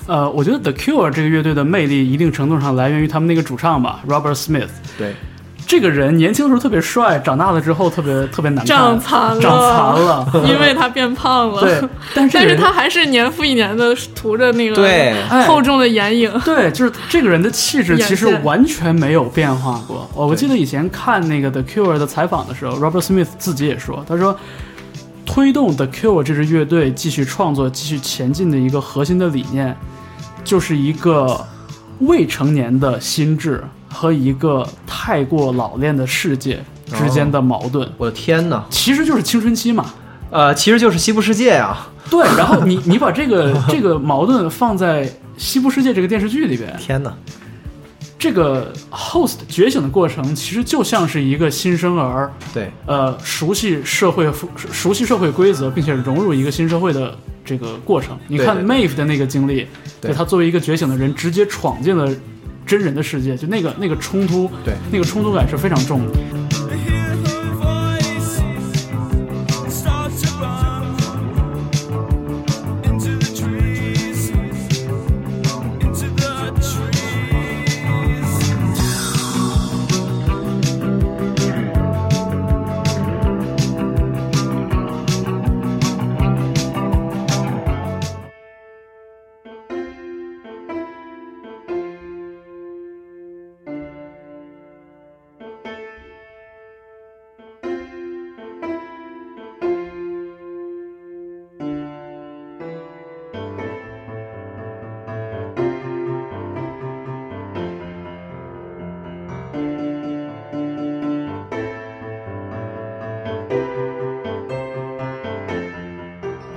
[SPEAKER 3] 呃，我觉得 The Cure 这个乐队的魅力一定程度上来源于他们那个主唱吧，Robert Smith。
[SPEAKER 2] 对，
[SPEAKER 3] 这个人年轻的时候特别帅，长大了之后特别特别难看，
[SPEAKER 1] 长残了
[SPEAKER 3] 长残了。
[SPEAKER 1] 因为他变胖了，
[SPEAKER 3] 对，
[SPEAKER 1] 但
[SPEAKER 3] 但是这个人
[SPEAKER 1] 他还是年复一年的涂着那个
[SPEAKER 2] 对
[SPEAKER 3] 哎
[SPEAKER 1] 厚重的眼影。
[SPEAKER 3] 对，就是这个人的气质其实
[SPEAKER 1] 眼线
[SPEAKER 3] 完全没有变化过。我我记得以前看那个 The Cure 的采访的时候，Robert Smith 自己也说，他说推动 The Cure 这支乐队继续创作、继续前进的一个核心的理念，就是一个未成年的心智和一个太过老练的世界之间的矛盾，
[SPEAKER 2] 我的天呐，
[SPEAKER 3] 其实就是青春期嘛。
[SPEAKER 2] 呃，其实就是西部世界啊，
[SPEAKER 3] 对，然后 你你把这个这个矛盾放在《西部世界》这个电视剧里边，
[SPEAKER 2] 天哪，
[SPEAKER 3] 这个 host 觉醒的过程其实就像是一个新生儿，
[SPEAKER 2] 对，
[SPEAKER 3] 呃，熟悉社会服熟悉社会规则，并且融入一个新社会的这个过程。你看
[SPEAKER 2] 对
[SPEAKER 3] Maeve 的那个经历，
[SPEAKER 2] 对
[SPEAKER 3] 就他作为一个觉醒的人，直接闯进了真人的世界，就那个那个冲突，
[SPEAKER 2] 对
[SPEAKER 3] 那个冲突感是非常重的。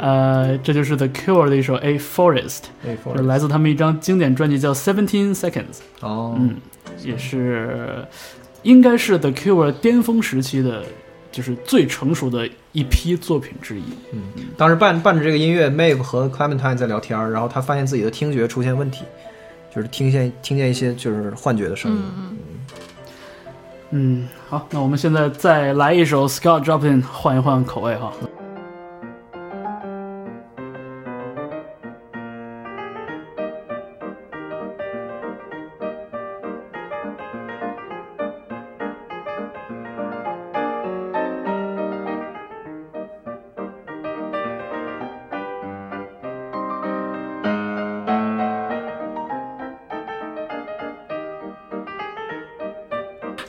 [SPEAKER 3] 呃，这就是 The Cure 的一首《A Forest》，
[SPEAKER 2] A
[SPEAKER 3] 就是
[SPEAKER 2] four，
[SPEAKER 3] 来自他们一张经典专辑叫《Seventeen Seconds
[SPEAKER 2] 哦，》，
[SPEAKER 3] 嗯也是应该是 The Cure 巅峰时期的，就是最成熟的一批作品之一。
[SPEAKER 2] 当时伴伴着这个音乐，Mave 和 Clementine 在聊天儿，然后他发现自己的听觉出现问题，就是听见听见一些就是幻觉的声音。
[SPEAKER 3] 嗯，好，那我们现在再来一首 Scott Joplin，换一换口味哈。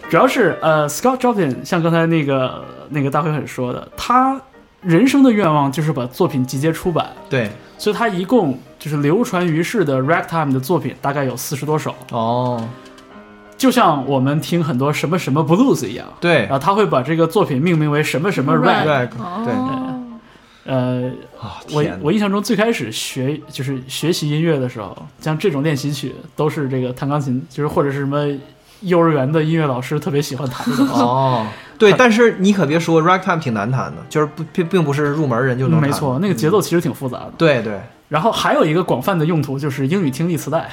[SPEAKER 3] 主要是呃，Scott Joplin 像刚才那个那个大灰很说的，他人生的愿望就是把作品集结出版，
[SPEAKER 2] 对，
[SPEAKER 3] 所以他一共就是流传于世的 ragtime 的作品大概有四十多首，
[SPEAKER 2] 哦，
[SPEAKER 3] 就像我们听很多什么什么 blues 一样，
[SPEAKER 2] 对
[SPEAKER 3] 然后他会把这个作品命名为什么什么 rag，
[SPEAKER 2] 对对
[SPEAKER 1] 哦，
[SPEAKER 3] 呃，
[SPEAKER 2] 啊，
[SPEAKER 3] 我
[SPEAKER 2] 天哪
[SPEAKER 3] 我印象中最开始学就是学习音乐的时候，像这种练习曲都是这个弹钢琴，就是或者是什么幼儿园的音乐老师特别喜欢弹的 东西。
[SPEAKER 2] 哦，对，但是你可别说，ragtime 挺难弹的，就是不并并不是入门人就能
[SPEAKER 3] 嗯
[SPEAKER 2] 弹。
[SPEAKER 3] 没错，那个节奏其实挺复杂的。
[SPEAKER 2] 对对，
[SPEAKER 3] 然后还有一个广泛的用途就是英语听力磁带，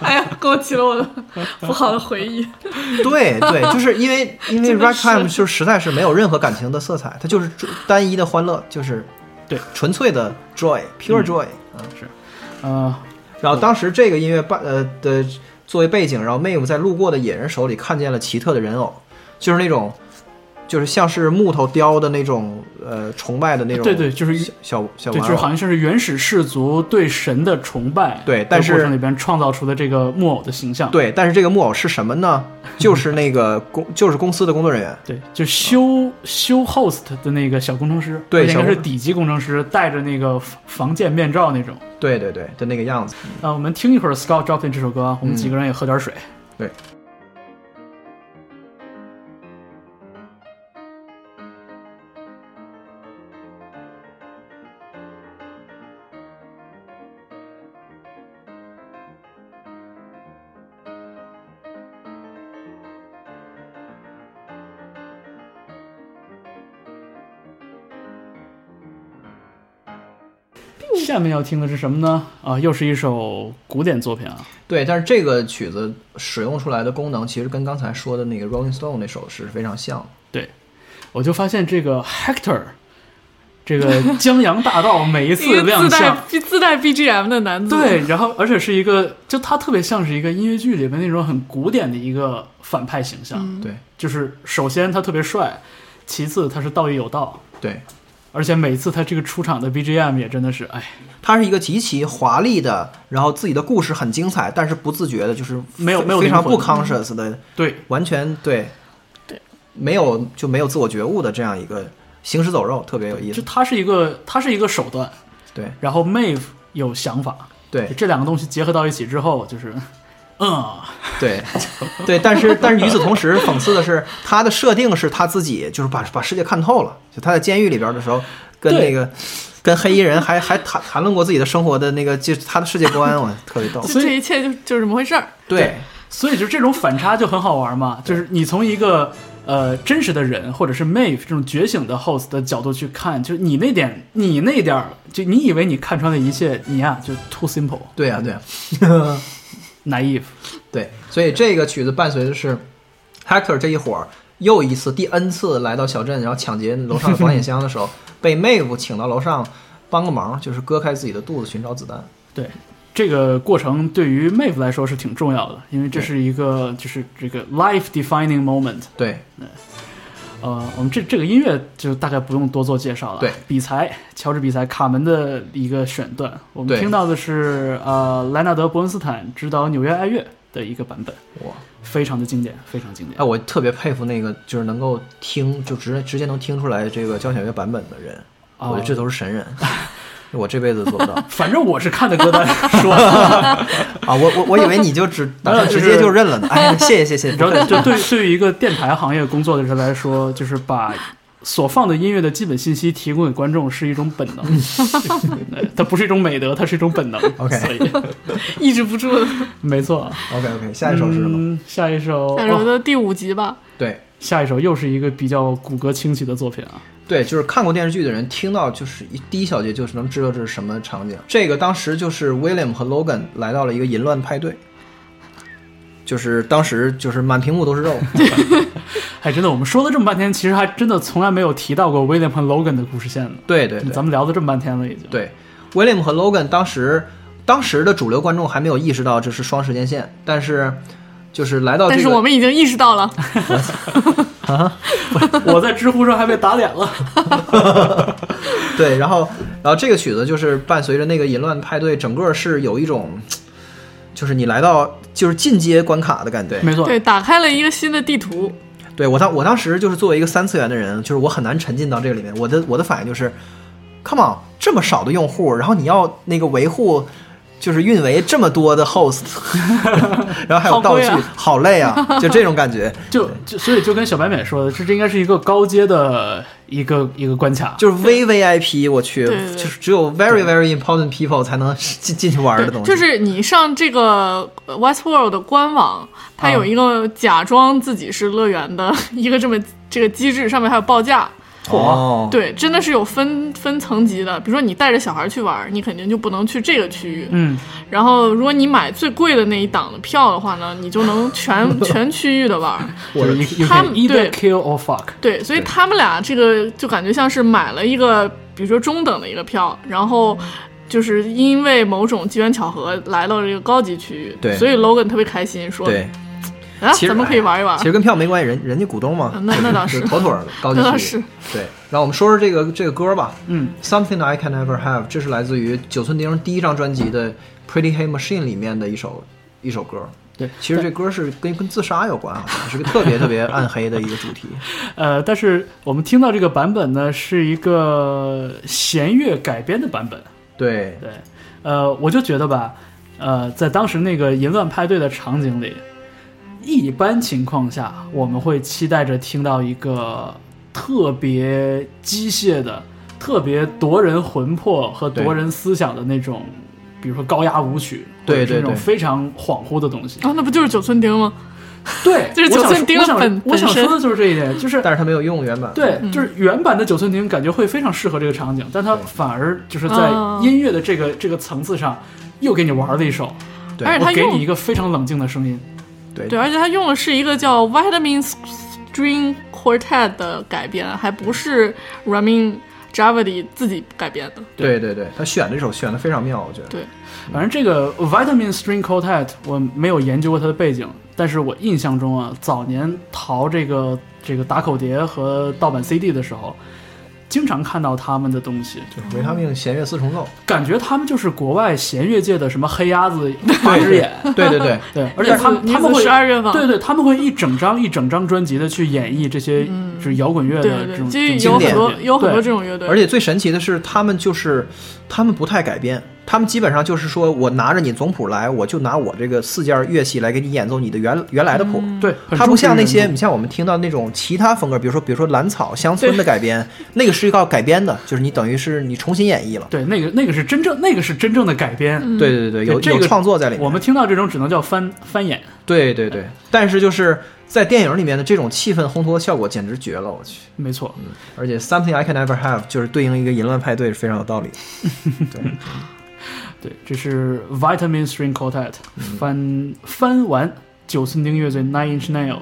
[SPEAKER 1] 哎呀，勾起了我的不好的回忆。
[SPEAKER 2] 对对，就是因为因为
[SPEAKER 1] 真的是
[SPEAKER 2] ragtime 就实在是没有任何感情的色彩，它就是单一的欢乐，就是
[SPEAKER 3] 对
[SPEAKER 2] 纯粹的 joy，pure
[SPEAKER 3] 嗯
[SPEAKER 2] joy。
[SPEAKER 3] 呃，
[SPEAKER 2] 然后当时这个音乐伴呃的作为背景，然后 Mave 在路过的野人手里看见了奇特的人偶，就是那种就是像是木头雕的那种呃崇拜的那种
[SPEAKER 3] 啊对对，就是
[SPEAKER 2] 小小小
[SPEAKER 3] 对，
[SPEAKER 2] 玩啊
[SPEAKER 3] 就
[SPEAKER 2] 偶
[SPEAKER 3] 是好像像是原始氏族对神的崇拜，
[SPEAKER 2] 对但是
[SPEAKER 3] 过程里边创造出的这个木偶的形象，
[SPEAKER 2] 对，但是这个木偶是什么呢？就是那个公，就是公司的工作人员。
[SPEAKER 3] 对，就修修 host 的那个小工程师，
[SPEAKER 2] 对
[SPEAKER 3] 而且应该
[SPEAKER 2] 小
[SPEAKER 3] 是
[SPEAKER 2] 工
[SPEAKER 3] 底级工程师，戴着那个防防溅面罩那种。
[SPEAKER 2] 对对对的那个样子。
[SPEAKER 3] 啊，我们听一会儿 Scott Joplin 这首歌啊，我
[SPEAKER 2] 嗯
[SPEAKER 3] 们几个人也喝点水。
[SPEAKER 2] 对。
[SPEAKER 3] 下面要听的是什么呢？啊，又是一首古典作品啊。
[SPEAKER 2] 对，但是这个曲子使用出来的功能，其实跟刚才说的那个 Rolling Stone 那首是非常像的。
[SPEAKER 3] 对，我就发现这个 Hector，这个 江洋大盗每一
[SPEAKER 1] 一
[SPEAKER 3] 次
[SPEAKER 1] 个
[SPEAKER 3] 亮
[SPEAKER 1] 自带
[SPEAKER 3] 相，
[SPEAKER 1] 自带 BGM 的男子，
[SPEAKER 3] 对，然后而且是一个，就他特别像是一个音乐剧里面那种很古典的一个反派形象，
[SPEAKER 1] 嗯
[SPEAKER 2] 对
[SPEAKER 3] 就是首先他特别帅，其次他是道义有道，
[SPEAKER 2] 对，
[SPEAKER 3] 而且每次他这个出场的 BGM 也真的是，哎，
[SPEAKER 2] 它是一个极其华丽的，然后自己的故事很精彩，但是不自觉的，就是
[SPEAKER 3] 没有
[SPEAKER 2] 非
[SPEAKER 3] 没有
[SPEAKER 2] 非常
[SPEAKER 3] 灵魂
[SPEAKER 2] 不 conscious 的，
[SPEAKER 3] 对，
[SPEAKER 2] 完全对
[SPEAKER 1] 对，
[SPEAKER 2] 没有就没有自我觉悟的这样一个行尸走肉，特别有意
[SPEAKER 3] 就
[SPEAKER 2] 思。
[SPEAKER 3] 他是一个他是一个手段，
[SPEAKER 2] 对
[SPEAKER 3] 然后 Mave 有想法，
[SPEAKER 2] 对
[SPEAKER 3] 这两个东西结合到一起之后，就是， 嗯，
[SPEAKER 2] 对，对，但是但是与此同时，讽刺的是，他的设定是他自己就是把把世界看透了。就他在监狱里边的时候，跟
[SPEAKER 5] 对
[SPEAKER 2] 那个跟黑衣人还还谈谈论过自己的生活的那个，就是他的世界观，我特 别逗。
[SPEAKER 1] 就这一切就就是这么回事儿。
[SPEAKER 2] 对，
[SPEAKER 3] 所以就这种反差就很好玩嘛，就是你从一个呃真实的人或者是 Mave 这种觉醒的 host 的角度去看，就你那点你那点儿就你以为你看穿的一切，你呀、就 too simple
[SPEAKER 2] 对啊呀、对呀、
[SPEAKER 3] naive。
[SPEAKER 2] 对，所以这个曲子伴随的是 Hector 这一伙儿又一次第 N 次来到小镇，然后抢劫楼上的保险箱的时 候，被 Mave 请到楼上帮个忙，就是割开自己的肚子寻找子弹。
[SPEAKER 3] 对，这个过程对于 Mave 来说是挺重要的，因为这是一个就是这个 life defining moment。
[SPEAKER 2] 对，
[SPEAKER 3] 呃，我们这这个音乐就大概不用多做介绍了。
[SPEAKER 2] 对，
[SPEAKER 3] 比才，乔治比才，卡门的一个选段，我们
[SPEAKER 2] 对
[SPEAKER 3] 听到的是呃莱纳德·伯恩斯坦执导《纽约爱乐》的一个版本，
[SPEAKER 2] 哇，
[SPEAKER 3] 非常的经典，非常经典
[SPEAKER 2] 哎，。我特别佩服那个就是能够听就直直接能听出来这个交响乐版本的人，
[SPEAKER 3] 哦
[SPEAKER 2] 我觉得这都是神人， 我这辈子做不 到
[SPEAKER 3] 反正我是看的歌单说的，
[SPEAKER 2] 啊！我我我以为你就只打算
[SPEAKER 3] 就是
[SPEAKER 2] 直接就 认了呢，哎，谢谢谢谢，
[SPEAKER 3] 然后就对对于一个电台行业工作的人来说，就是把所放的音乐的基本信息提供给观众是一种本 能，对它不是一种美德，它是一种本能。
[SPEAKER 2] OK
[SPEAKER 3] 所以
[SPEAKER 1] 抑制不住的，
[SPEAKER 3] 没错。
[SPEAKER 2] OK OK，下一首是什么？
[SPEAKER 3] 嗯？下一首，
[SPEAKER 1] 但是我
[SPEAKER 3] 哦
[SPEAKER 1] 的第五集吧，
[SPEAKER 2] 对
[SPEAKER 3] 下一首又是一个比较骨骼清奇的作品啊。
[SPEAKER 2] 对，就是看过电视剧的人听到就是一第一小节就是能知道这是什么场景。这个当时就是 William 和 Logan 来到了一个淫乱派对。就是当时就是满屏幕都是 肉，
[SPEAKER 3] 哎，真的，我们说了这么半天，其实还真的从来没有提到过 William 和 Logan 的故事线呢。
[SPEAKER 2] 对对对，
[SPEAKER 3] 咱们聊了这么半天了，已经。
[SPEAKER 2] 对，William 和 Logan 当时当时的主流观众还没有意识到这是双时间线，但是就是来到
[SPEAKER 1] 但
[SPEAKER 2] 这
[SPEAKER 1] 是我
[SPEAKER 2] 个，
[SPEAKER 1] 们已经意识到了，
[SPEAKER 3] 我在知乎上还被打脸了。
[SPEAKER 2] 对，然后然后这个曲子就是伴随着那个淫乱派对，整个是有一种就是你来到就是进阶关卡的感觉。
[SPEAKER 3] 没错，
[SPEAKER 1] 对，打开了一个新的地图，
[SPEAKER 2] 对我当我当时就是作为一个三次元的人，就是我很难沉浸到这个里面。我的我的反应就是，Come on，这么少的用户，然后你要那个维护，就是运维这么多的 host，然后还有
[SPEAKER 1] 好
[SPEAKER 2] 道
[SPEAKER 1] 贵
[SPEAKER 2] 具，
[SPEAKER 1] 啊
[SPEAKER 2] 好累啊，就这种感觉。
[SPEAKER 3] 就就所以就跟小白美说的，这这应该是一个高阶的一个一个关卡。
[SPEAKER 2] 就是 V V I P，我去，
[SPEAKER 1] 对对对
[SPEAKER 2] 就是只有 very very important people 才能进进去玩的东西。
[SPEAKER 1] 就是你上这个呃 Westworld 的官网，它
[SPEAKER 2] 哦
[SPEAKER 1] 有一个假装自己是乐园的一个这么这个机制，上面还有报价。
[SPEAKER 2] 哦，
[SPEAKER 1] 对，真的是有分分层级的。比如说你带着小孩去玩，你肯定就不能去这个区域。
[SPEAKER 3] 嗯，
[SPEAKER 1] 然后如果你买最贵的那一档的票的话呢，你就能全 全区域的玩。
[SPEAKER 2] 我的
[SPEAKER 3] 你
[SPEAKER 2] 天
[SPEAKER 3] you
[SPEAKER 1] 他
[SPEAKER 3] can
[SPEAKER 1] 们
[SPEAKER 3] either
[SPEAKER 1] 对
[SPEAKER 3] kill or fuck。
[SPEAKER 1] 对，所以
[SPEAKER 2] 对
[SPEAKER 1] 他们俩这个就感觉像是买了一个，比如说中等的一个票，然后。就是因为某种机缘巧合来到这个高级区域，
[SPEAKER 2] 对
[SPEAKER 1] 所以 Logan 特别开心，说
[SPEAKER 2] 对，
[SPEAKER 1] 啊，
[SPEAKER 2] 其实
[SPEAKER 1] 咱们可以玩一玩
[SPEAKER 2] 其。实跟票没关系，人人家股东嘛
[SPEAKER 1] 啊，那那倒，
[SPEAKER 2] 就是妥妥的高级
[SPEAKER 1] 那倒嗯
[SPEAKER 2] 区
[SPEAKER 1] 是啊
[SPEAKER 2] 域。对，然后我们说说这个这个歌吧，
[SPEAKER 3] 嗯，
[SPEAKER 2] Something I Can Never Have，这是来自于九寸钉第一张专辑的《Pretty Hey Machine》里面的一首一首歌。
[SPEAKER 3] 对
[SPEAKER 2] 其实这歌是跟跟自杀有关啊，是个特别特别暗黑的一个主 题。
[SPEAKER 3] 呃，但是我们听到这个版本呢，是一个弦乐改编的版本。
[SPEAKER 2] 对，
[SPEAKER 3] 对，呃，我就觉得吧，呃，在当时那个淫乱派对的场景里，一般情况下我们会期待着听到一个特别机械的、特别夺人魂魄和夺
[SPEAKER 2] 对
[SPEAKER 3] 人思想的那种，比如说高压舞曲，或者
[SPEAKER 2] 对
[SPEAKER 3] 是
[SPEAKER 2] 对
[SPEAKER 3] 那种
[SPEAKER 2] 对
[SPEAKER 3] 非常恍惚的东西。
[SPEAKER 1] 啊，那不就是九寸钉吗？
[SPEAKER 3] 对，
[SPEAKER 1] 就是
[SPEAKER 3] 我
[SPEAKER 1] 九
[SPEAKER 3] 想
[SPEAKER 1] 寸
[SPEAKER 3] 说
[SPEAKER 1] 钉
[SPEAKER 3] 我
[SPEAKER 1] 的
[SPEAKER 3] 想
[SPEAKER 1] 本
[SPEAKER 3] 我想
[SPEAKER 1] 本身嗯
[SPEAKER 3] 说的就是这一点，就是
[SPEAKER 2] 但是它没有用原版。
[SPEAKER 3] 对，就是原版的九寸钉感觉会非常适合这个场景，但它
[SPEAKER 2] 对
[SPEAKER 3] 反而就是在
[SPEAKER 1] 啊
[SPEAKER 3] 音乐的这个这个层次上，又给你玩了一首，
[SPEAKER 2] 对
[SPEAKER 1] 而且
[SPEAKER 3] 我
[SPEAKER 1] 他
[SPEAKER 3] 给你
[SPEAKER 1] 用
[SPEAKER 3] 一个非常冷静的声音。
[SPEAKER 2] 对
[SPEAKER 1] 对，而且他用的是一个叫 Vitamin String Quartet 的改编，还不是 Ramin Javadi 自己改编的。
[SPEAKER 2] 对对对，他选这首选的非常妙，我觉得。
[SPEAKER 1] 对，
[SPEAKER 3] 反正这个 Vitamin String Quartet 我没有研究过它的背景，但是我印象中啊，早年淘这个这个打口碟和盗版 CD 的时候，经常看到他们的东西，
[SPEAKER 2] 就是维他命弦乐四重奏。
[SPEAKER 3] 感觉他们就是国外弦乐界的什么黑鸭子、八 只眼。
[SPEAKER 2] 对对 对，
[SPEAKER 3] 对，而且他们
[SPEAKER 1] 女
[SPEAKER 3] 他们会
[SPEAKER 1] 子十二乐坊，
[SPEAKER 3] 对对，他们会一整张一整张专辑的去演绎这些就是摇滚
[SPEAKER 1] 嗯
[SPEAKER 3] 乐的
[SPEAKER 1] 对
[SPEAKER 3] 这
[SPEAKER 1] 对
[SPEAKER 3] 种
[SPEAKER 1] 对，
[SPEAKER 3] 这
[SPEAKER 1] 就
[SPEAKER 3] 种
[SPEAKER 1] 有
[SPEAKER 2] 经典
[SPEAKER 1] 很多有很多
[SPEAKER 3] 对
[SPEAKER 1] 这种乐队，
[SPEAKER 2] 而且最神奇的是，他们就是他们不太改编，他们基本上就是说我拿着你总谱来，我就拿我这个四件乐器来给你演奏你的原原来的谱。
[SPEAKER 3] 对，很
[SPEAKER 2] 它不
[SPEAKER 3] 忠实
[SPEAKER 2] 像那
[SPEAKER 3] 原
[SPEAKER 2] 些，
[SPEAKER 3] 著
[SPEAKER 2] 你像我们听到那种其他风格，比如说比如说蓝草、乡村的改 编，那个是一个改编的，就是你等于是你重新演绎了。
[SPEAKER 3] 对那个那个是真正那个是真正的改编，
[SPEAKER 1] 嗯
[SPEAKER 2] 对对对对，有
[SPEAKER 3] 这个
[SPEAKER 2] 有创作在里面。
[SPEAKER 3] 我们听到这种只能叫翻翻演，
[SPEAKER 2] 对对对，但是就是在电影里面的这种气氛烘托效果简直绝了，我去！
[SPEAKER 3] 没错，
[SPEAKER 2] 而且 Something I Can Never Have 就是对应一个淫乱派对是非常有道理。
[SPEAKER 3] 对，这是 Vitamin String Quartet
[SPEAKER 2] 嗯
[SPEAKER 3] 翻翻完九寸钉乐队 Nine Inch Nail。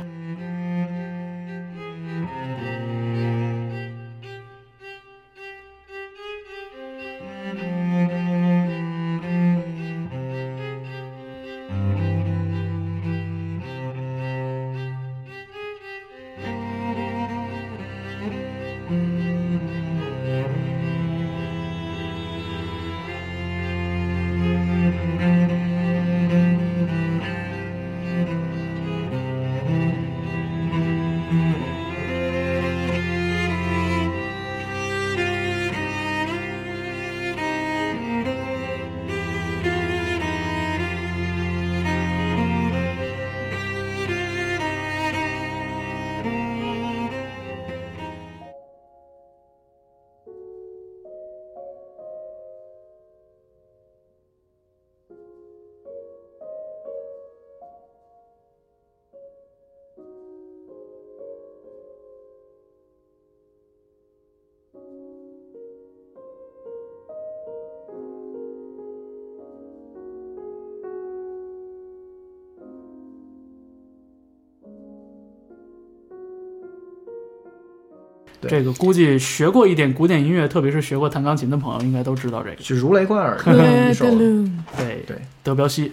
[SPEAKER 2] 对
[SPEAKER 3] 这个估计学过一点古典音乐，特别是学过弹钢琴的朋友，应该都知道这个。
[SPEAKER 2] 就如雷贯 耳的一首，
[SPEAKER 1] Let
[SPEAKER 3] 对
[SPEAKER 2] 对，
[SPEAKER 3] 德彪西，《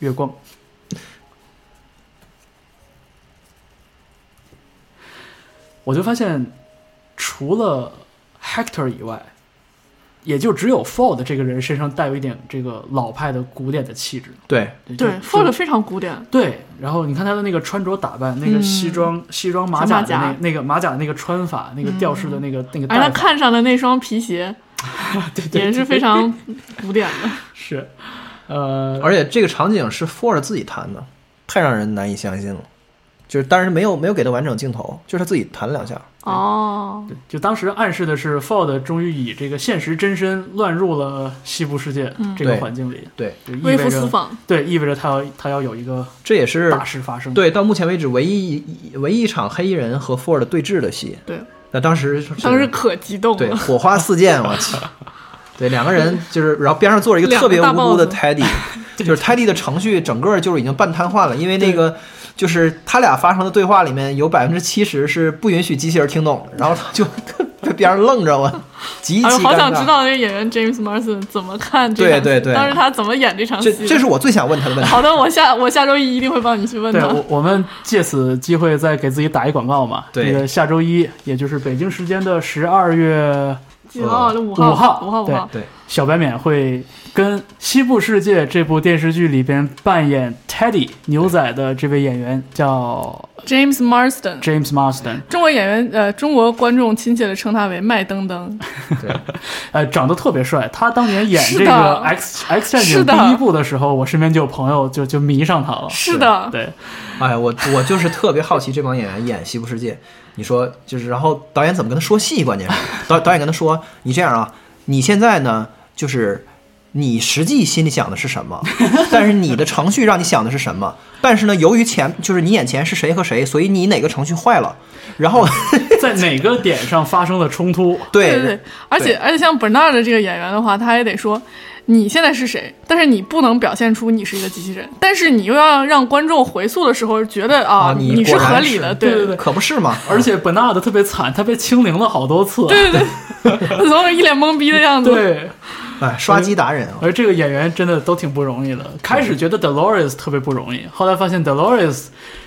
[SPEAKER 3] 月光》。我就发现，除了 Hector 以外，也就只有 Ford 这个人身上带有一点这个老派的古典的气质。
[SPEAKER 2] 对，
[SPEAKER 1] 对
[SPEAKER 3] 就
[SPEAKER 1] ，Ford 非常古典，
[SPEAKER 3] 对，然后你看他的那个穿着打扮，那个西装、西装马甲
[SPEAKER 1] 嗯马
[SPEAKER 3] 的那
[SPEAKER 1] 甲
[SPEAKER 3] 那个马甲的那个穿法，那个吊饰的那个、那个
[SPEAKER 1] 而他
[SPEAKER 3] 带法，
[SPEAKER 1] 看上的那双皮鞋
[SPEAKER 3] 对对
[SPEAKER 1] 也是非常古典的。
[SPEAKER 3] 是，呃，
[SPEAKER 2] 而且这个场景是 Ford 自己弹的，太让人难以相信了。就是，但是没有没有给他完整镜头，就是他自己弹了两下。
[SPEAKER 1] 哦，
[SPEAKER 3] 对，就当时暗示的是 Ford 终于以这个现实真身乱入了西部世界这个
[SPEAKER 2] 对
[SPEAKER 3] 环境里，
[SPEAKER 2] 对，
[SPEAKER 3] 就意
[SPEAKER 1] 嗯微
[SPEAKER 3] 味
[SPEAKER 1] 服私
[SPEAKER 3] 着
[SPEAKER 1] 访，
[SPEAKER 3] 对，意味着他要他要有一个
[SPEAKER 2] 这也是
[SPEAKER 3] 大事发生。
[SPEAKER 2] 对到目前为止唯一一唯一一场黑衣人和 Ford 对峙的戏。
[SPEAKER 1] 对，
[SPEAKER 2] 那当时是
[SPEAKER 1] 当时可激动
[SPEAKER 2] 对，
[SPEAKER 1] 了。哎
[SPEAKER 2] 火花四溅，我去！对，两个人就是，然后边上坐着一个特别无辜的 Teddy，就是 Teddy 的程序整个就是已经半瘫痪了，因为那个就是他俩发生的对话里面有百分之七十是不允许机器人听懂的，然后他就 在边上愣着，我极其
[SPEAKER 1] 哎，我
[SPEAKER 2] 尴尬。
[SPEAKER 1] 好想知道那个演员 James Marsden 怎么看这
[SPEAKER 2] 对
[SPEAKER 1] 场戏
[SPEAKER 2] 对对
[SPEAKER 1] 当时他怎么演这场
[SPEAKER 2] 这
[SPEAKER 1] 戏的？
[SPEAKER 2] 这是我最想问他的问题。
[SPEAKER 1] 好的，我下我下周一一定会帮你去问
[SPEAKER 3] 对
[SPEAKER 1] 他。
[SPEAKER 3] 我，我们借此机会再给自己打一广告嘛。
[SPEAKER 2] 对
[SPEAKER 3] 那个下周一，也就是北京时间的十二月
[SPEAKER 1] 几号？哦五
[SPEAKER 3] 呃五号
[SPEAKER 1] 号，五号，五
[SPEAKER 3] 对
[SPEAKER 1] 号。
[SPEAKER 2] 对，
[SPEAKER 3] 小白免会跟《西部世界》这部电视剧里边扮演 Teddy 牛仔的这位演员叫
[SPEAKER 1] James Marsden，
[SPEAKER 3] James Marsden，
[SPEAKER 1] 中国演员，呃，中国观众亲切的称他为麦登登。
[SPEAKER 3] 呃，长得特别帅。他当年演
[SPEAKER 1] 是
[SPEAKER 3] 这个
[SPEAKER 1] 的
[SPEAKER 3] X X 战
[SPEAKER 1] 是
[SPEAKER 3] 警
[SPEAKER 1] 的
[SPEAKER 3] 第一部的时候，我身边就有朋友就就迷上他了。
[SPEAKER 1] 是的，
[SPEAKER 3] 对，
[SPEAKER 2] 哎，我我就是特别好奇这帮演员演《西部世界》，你说就是，然后导演怎么跟他说戏？关键是导导演跟他说，你这样啊，你现在呢就是。你实际心里想的是什么？但是你的程序让你想的是什么？但是呢，由于前就是你眼前是谁和谁，所以你哪个程序坏了，然后
[SPEAKER 3] 在哪个点上发生了冲突？
[SPEAKER 2] 对
[SPEAKER 1] 对对，而且而且像 Bernard 这个演员的话，他也得说你现在是谁，但是你不能表现出你是一个机器人，但是你又要让观众回溯的时候觉得啊
[SPEAKER 2] 啊你
[SPEAKER 1] 是
[SPEAKER 2] 果然
[SPEAKER 1] 合理的，
[SPEAKER 2] 是
[SPEAKER 1] 对
[SPEAKER 3] 对
[SPEAKER 1] 对
[SPEAKER 2] 可不是嘛？
[SPEAKER 3] 而且本纳德特别惨，他被清零了好多次。
[SPEAKER 1] 对对，他总是一脸懵逼的样子。
[SPEAKER 3] 对，
[SPEAKER 2] 哎，刷机达人啊，
[SPEAKER 3] 而这个演员真的都挺不容易的。开始觉得 Dolores 特别不容易，后来发现 Dolores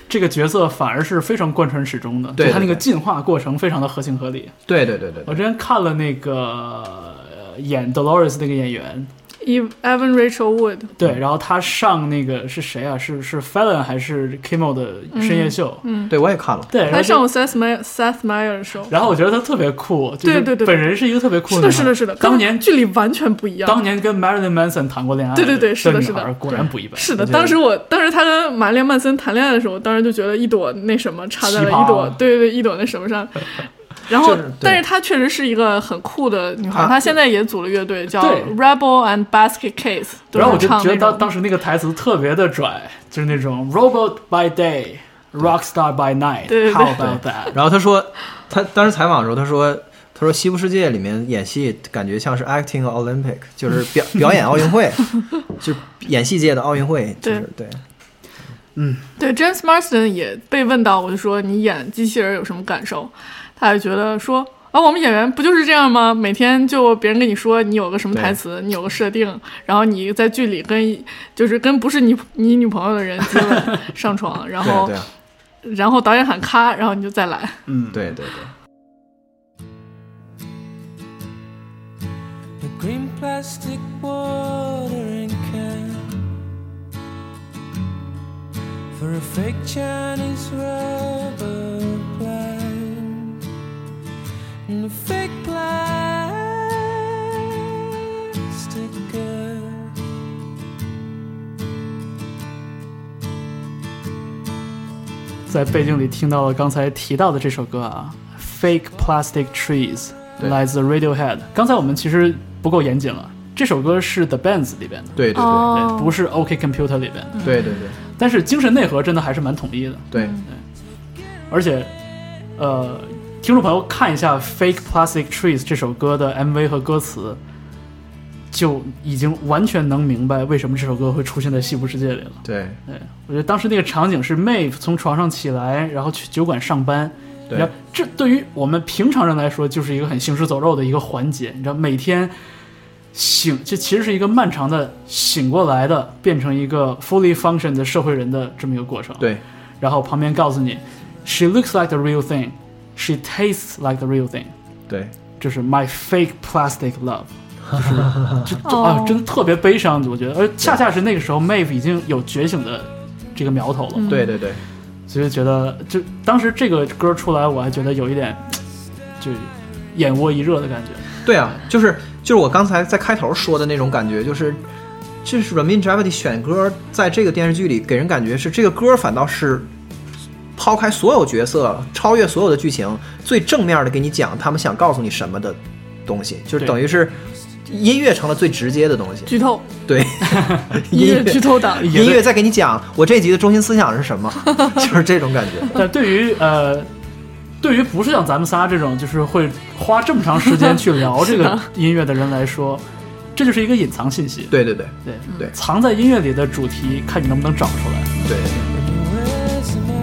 [SPEAKER 3] 这个角色反而是非常贯穿始终的，
[SPEAKER 2] 对
[SPEAKER 3] 就他那个
[SPEAKER 2] 对对
[SPEAKER 3] 进化过程非常的合情合理。
[SPEAKER 2] 对对对对
[SPEAKER 3] 我之前看了那个呃演 Dolores 那个演员
[SPEAKER 1] Eve- Evan Rachel Wood，
[SPEAKER 2] 嗯
[SPEAKER 3] 对，然后他上那个是谁啊？是是 Fallon 还是 Kimmel 的深夜秀？
[SPEAKER 2] 对我也看了，
[SPEAKER 3] 对，然
[SPEAKER 1] 嗯
[SPEAKER 3] 后
[SPEAKER 1] 他
[SPEAKER 3] 就
[SPEAKER 1] 上过 Seth Meyer Seth Meyer 的时候，
[SPEAKER 3] 然后我觉得他特别酷，就
[SPEAKER 1] 对
[SPEAKER 3] 是
[SPEAKER 1] 对对对
[SPEAKER 3] 本人是一个特别
[SPEAKER 1] 是
[SPEAKER 3] 酷女孩
[SPEAKER 1] 的，是的，是的，
[SPEAKER 3] 当
[SPEAKER 1] 跟
[SPEAKER 3] 年
[SPEAKER 1] 距离完全不一样。
[SPEAKER 3] 当年跟 Marilyn Manson 谈过恋爱，
[SPEAKER 1] 对对对是的
[SPEAKER 3] 女
[SPEAKER 1] 是的
[SPEAKER 3] 孩果然不一般。
[SPEAKER 1] 是的，
[SPEAKER 2] 觉得
[SPEAKER 1] 当时我当时他跟玛丽莲曼森谈恋爱的时候，我当时就觉得一朵那什么插在了
[SPEAKER 3] 奇葩啊
[SPEAKER 1] 一朵，对对对，一朵那什么 上。然后
[SPEAKER 2] 就是对，
[SPEAKER 1] 但是她确实是一个很酷的女孩，
[SPEAKER 2] 啊
[SPEAKER 1] 她现在也组了乐队，叫
[SPEAKER 3] 对
[SPEAKER 1] Rebel and Basket Case，都
[SPEAKER 3] 然后我
[SPEAKER 1] 是
[SPEAKER 3] 就
[SPEAKER 1] 唱
[SPEAKER 3] 觉得
[SPEAKER 1] 那种
[SPEAKER 3] 当当时那个台词特别的拽，就是那种 Robot by day, Rockstar by night，
[SPEAKER 1] 对对对
[SPEAKER 3] How about that？
[SPEAKER 2] 然后他说，他当时采访的时候，他说，他说《西部世界》里面演戏感觉像是 acting Olympic，就是表表演奥运会，就是演戏界的奥运会，就是对
[SPEAKER 1] 对 James Marsden 也被问到，我就说你演机器人有什么感受？他就觉得说啊，我们演员不就是这样吗？每天就别人跟你说你有个什么台词，你有个设定，然后你在剧里跟就是跟不是你你女朋友的人接 吻上床，然
[SPEAKER 2] 对啊
[SPEAKER 1] 后
[SPEAKER 2] 对
[SPEAKER 1] 然后导演喊咔，然后你就再来。
[SPEAKER 3] 嗯，
[SPEAKER 2] 对对对。
[SPEAKER 5] the green plastic watering can for a fake Chinese rubber plant and a fake plastic girl.
[SPEAKER 3] 在背景里听到了刚才提到的这首歌啊，《Fake Plastic Trees》
[SPEAKER 2] 对
[SPEAKER 3] 来自 Radiohead。刚才我们其实不够严谨了，这首歌是 The Bands 里边的，
[SPEAKER 2] 对对对
[SPEAKER 3] 对，不是 OK Computer 里边的，
[SPEAKER 1] 哦
[SPEAKER 2] 对对对
[SPEAKER 3] 但是精神内核真的还是蛮统一的。
[SPEAKER 2] 对，
[SPEAKER 3] 而且，呃，听众朋友看一下《Fake Plastic Trees》这首歌的 MV 和歌词，就已经完全能明白为什么这首歌会出现在西部世界里了。
[SPEAKER 2] 对
[SPEAKER 3] 对我觉得当时那个场景是 Maeve 从床上起来，然后去酒馆上班。
[SPEAKER 2] 对
[SPEAKER 3] 然后这对于我们平常人来说，就是一个很行尸走肉的一个环节。你知道，每天醒，这其实是一个漫长的醒过来的，变成一个 fully function 的社会人的这么一个过程。
[SPEAKER 2] 对
[SPEAKER 3] 然后旁边告诉你，She looks like the real thing, she tastes like the real thing，
[SPEAKER 2] 对
[SPEAKER 3] 就是 My fake plastic love，就是就就
[SPEAKER 1] 哦
[SPEAKER 3] 啊，真的特别悲伤，我觉得，而恰恰是那个时候，Maeve 已经有觉醒的这个苗头
[SPEAKER 1] 嗯
[SPEAKER 3] 了，
[SPEAKER 2] 对对对，
[SPEAKER 3] 所以就觉得就当时这个歌出来，我还觉得有一点就眼窝一热的感 觉，
[SPEAKER 2] 对啊，就是就是我刚才在开头说的那种感觉，就是这是 Ramin Javadi 选歌在这个电视剧里给人感觉是这个歌反倒是抛开所有角色，超越所有的剧情，最正面的给你讲他们想告诉你什么的东西，就是
[SPEAKER 3] 对
[SPEAKER 2] 等于是音乐成了最直接的东西。
[SPEAKER 1] 剧透，
[SPEAKER 2] 对，
[SPEAKER 1] 音
[SPEAKER 2] 音
[SPEAKER 1] 乐剧
[SPEAKER 2] 乐
[SPEAKER 1] 透党，
[SPEAKER 2] 音乐在给你讲我这集的中心思想是什么， 就是这种感觉。
[SPEAKER 3] 但对于呃，对于不是像咱们仨这种，就是会花这么长时间去聊这
[SPEAKER 1] 是
[SPEAKER 3] 个
[SPEAKER 1] 的
[SPEAKER 3] 音乐的人来说，这就是一个隐藏信息。
[SPEAKER 2] 对对对
[SPEAKER 3] 对
[SPEAKER 2] 对
[SPEAKER 3] 藏在音乐里的主题，看你能不能找出来。
[SPEAKER 2] 对对。
[SPEAKER 5] Where's the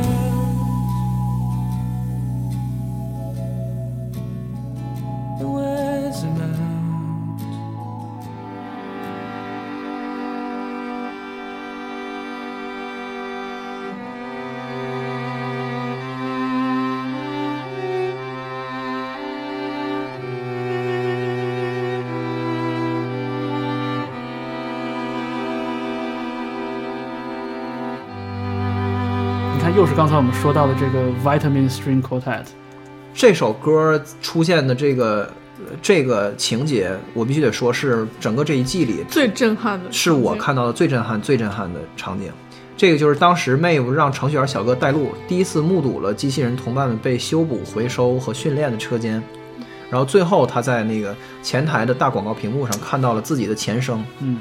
[SPEAKER 5] mouth? Where's the mouth?
[SPEAKER 3] 你看，又是刚才我们说到的这个 Vitamin String Quartet，
[SPEAKER 2] 这首歌出现的这个呃这个情节，我必须得说是整个这一季里
[SPEAKER 1] 最震撼的
[SPEAKER 2] 是我看到的最震撼、最震撼的场景。这个就是当时 Mave 让程序员小哥带路，第一次目睹了机器人同伴们被修补、回收和训练的车间。然后最后，他在那个前台的大广告屏幕上看到了自己的前生，
[SPEAKER 3] 嗯，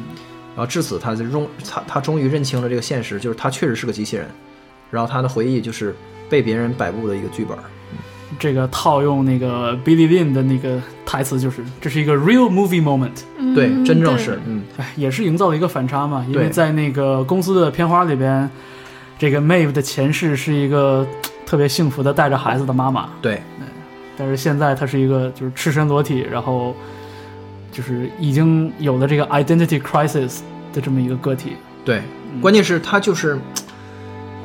[SPEAKER 2] 然后至此他就终他他终于认清了这个现实，就是他确实是个机器人。然后他的回忆就是被别人摆布的一个剧本。
[SPEAKER 3] 这个套用那个 Billy Lynn 的那个台词，就是这是一个 real movie moment，
[SPEAKER 1] 嗯
[SPEAKER 2] 对，真正
[SPEAKER 1] 对
[SPEAKER 2] 是嗯，
[SPEAKER 3] 哎，也是营造了一个反差嘛。因为
[SPEAKER 2] 对
[SPEAKER 3] 在那个公司的片花里边，这个 Maeve 的前世是一个嘖特别幸福的带着孩子的妈妈，
[SPEAKER 2] 对
[SPEAKER 3] 但是现在她是一个就是赤身裸体，然后就是已经有了这个 identity crisis 的这么一个个体。
[SPEAKER 2] 对，关键是他就是，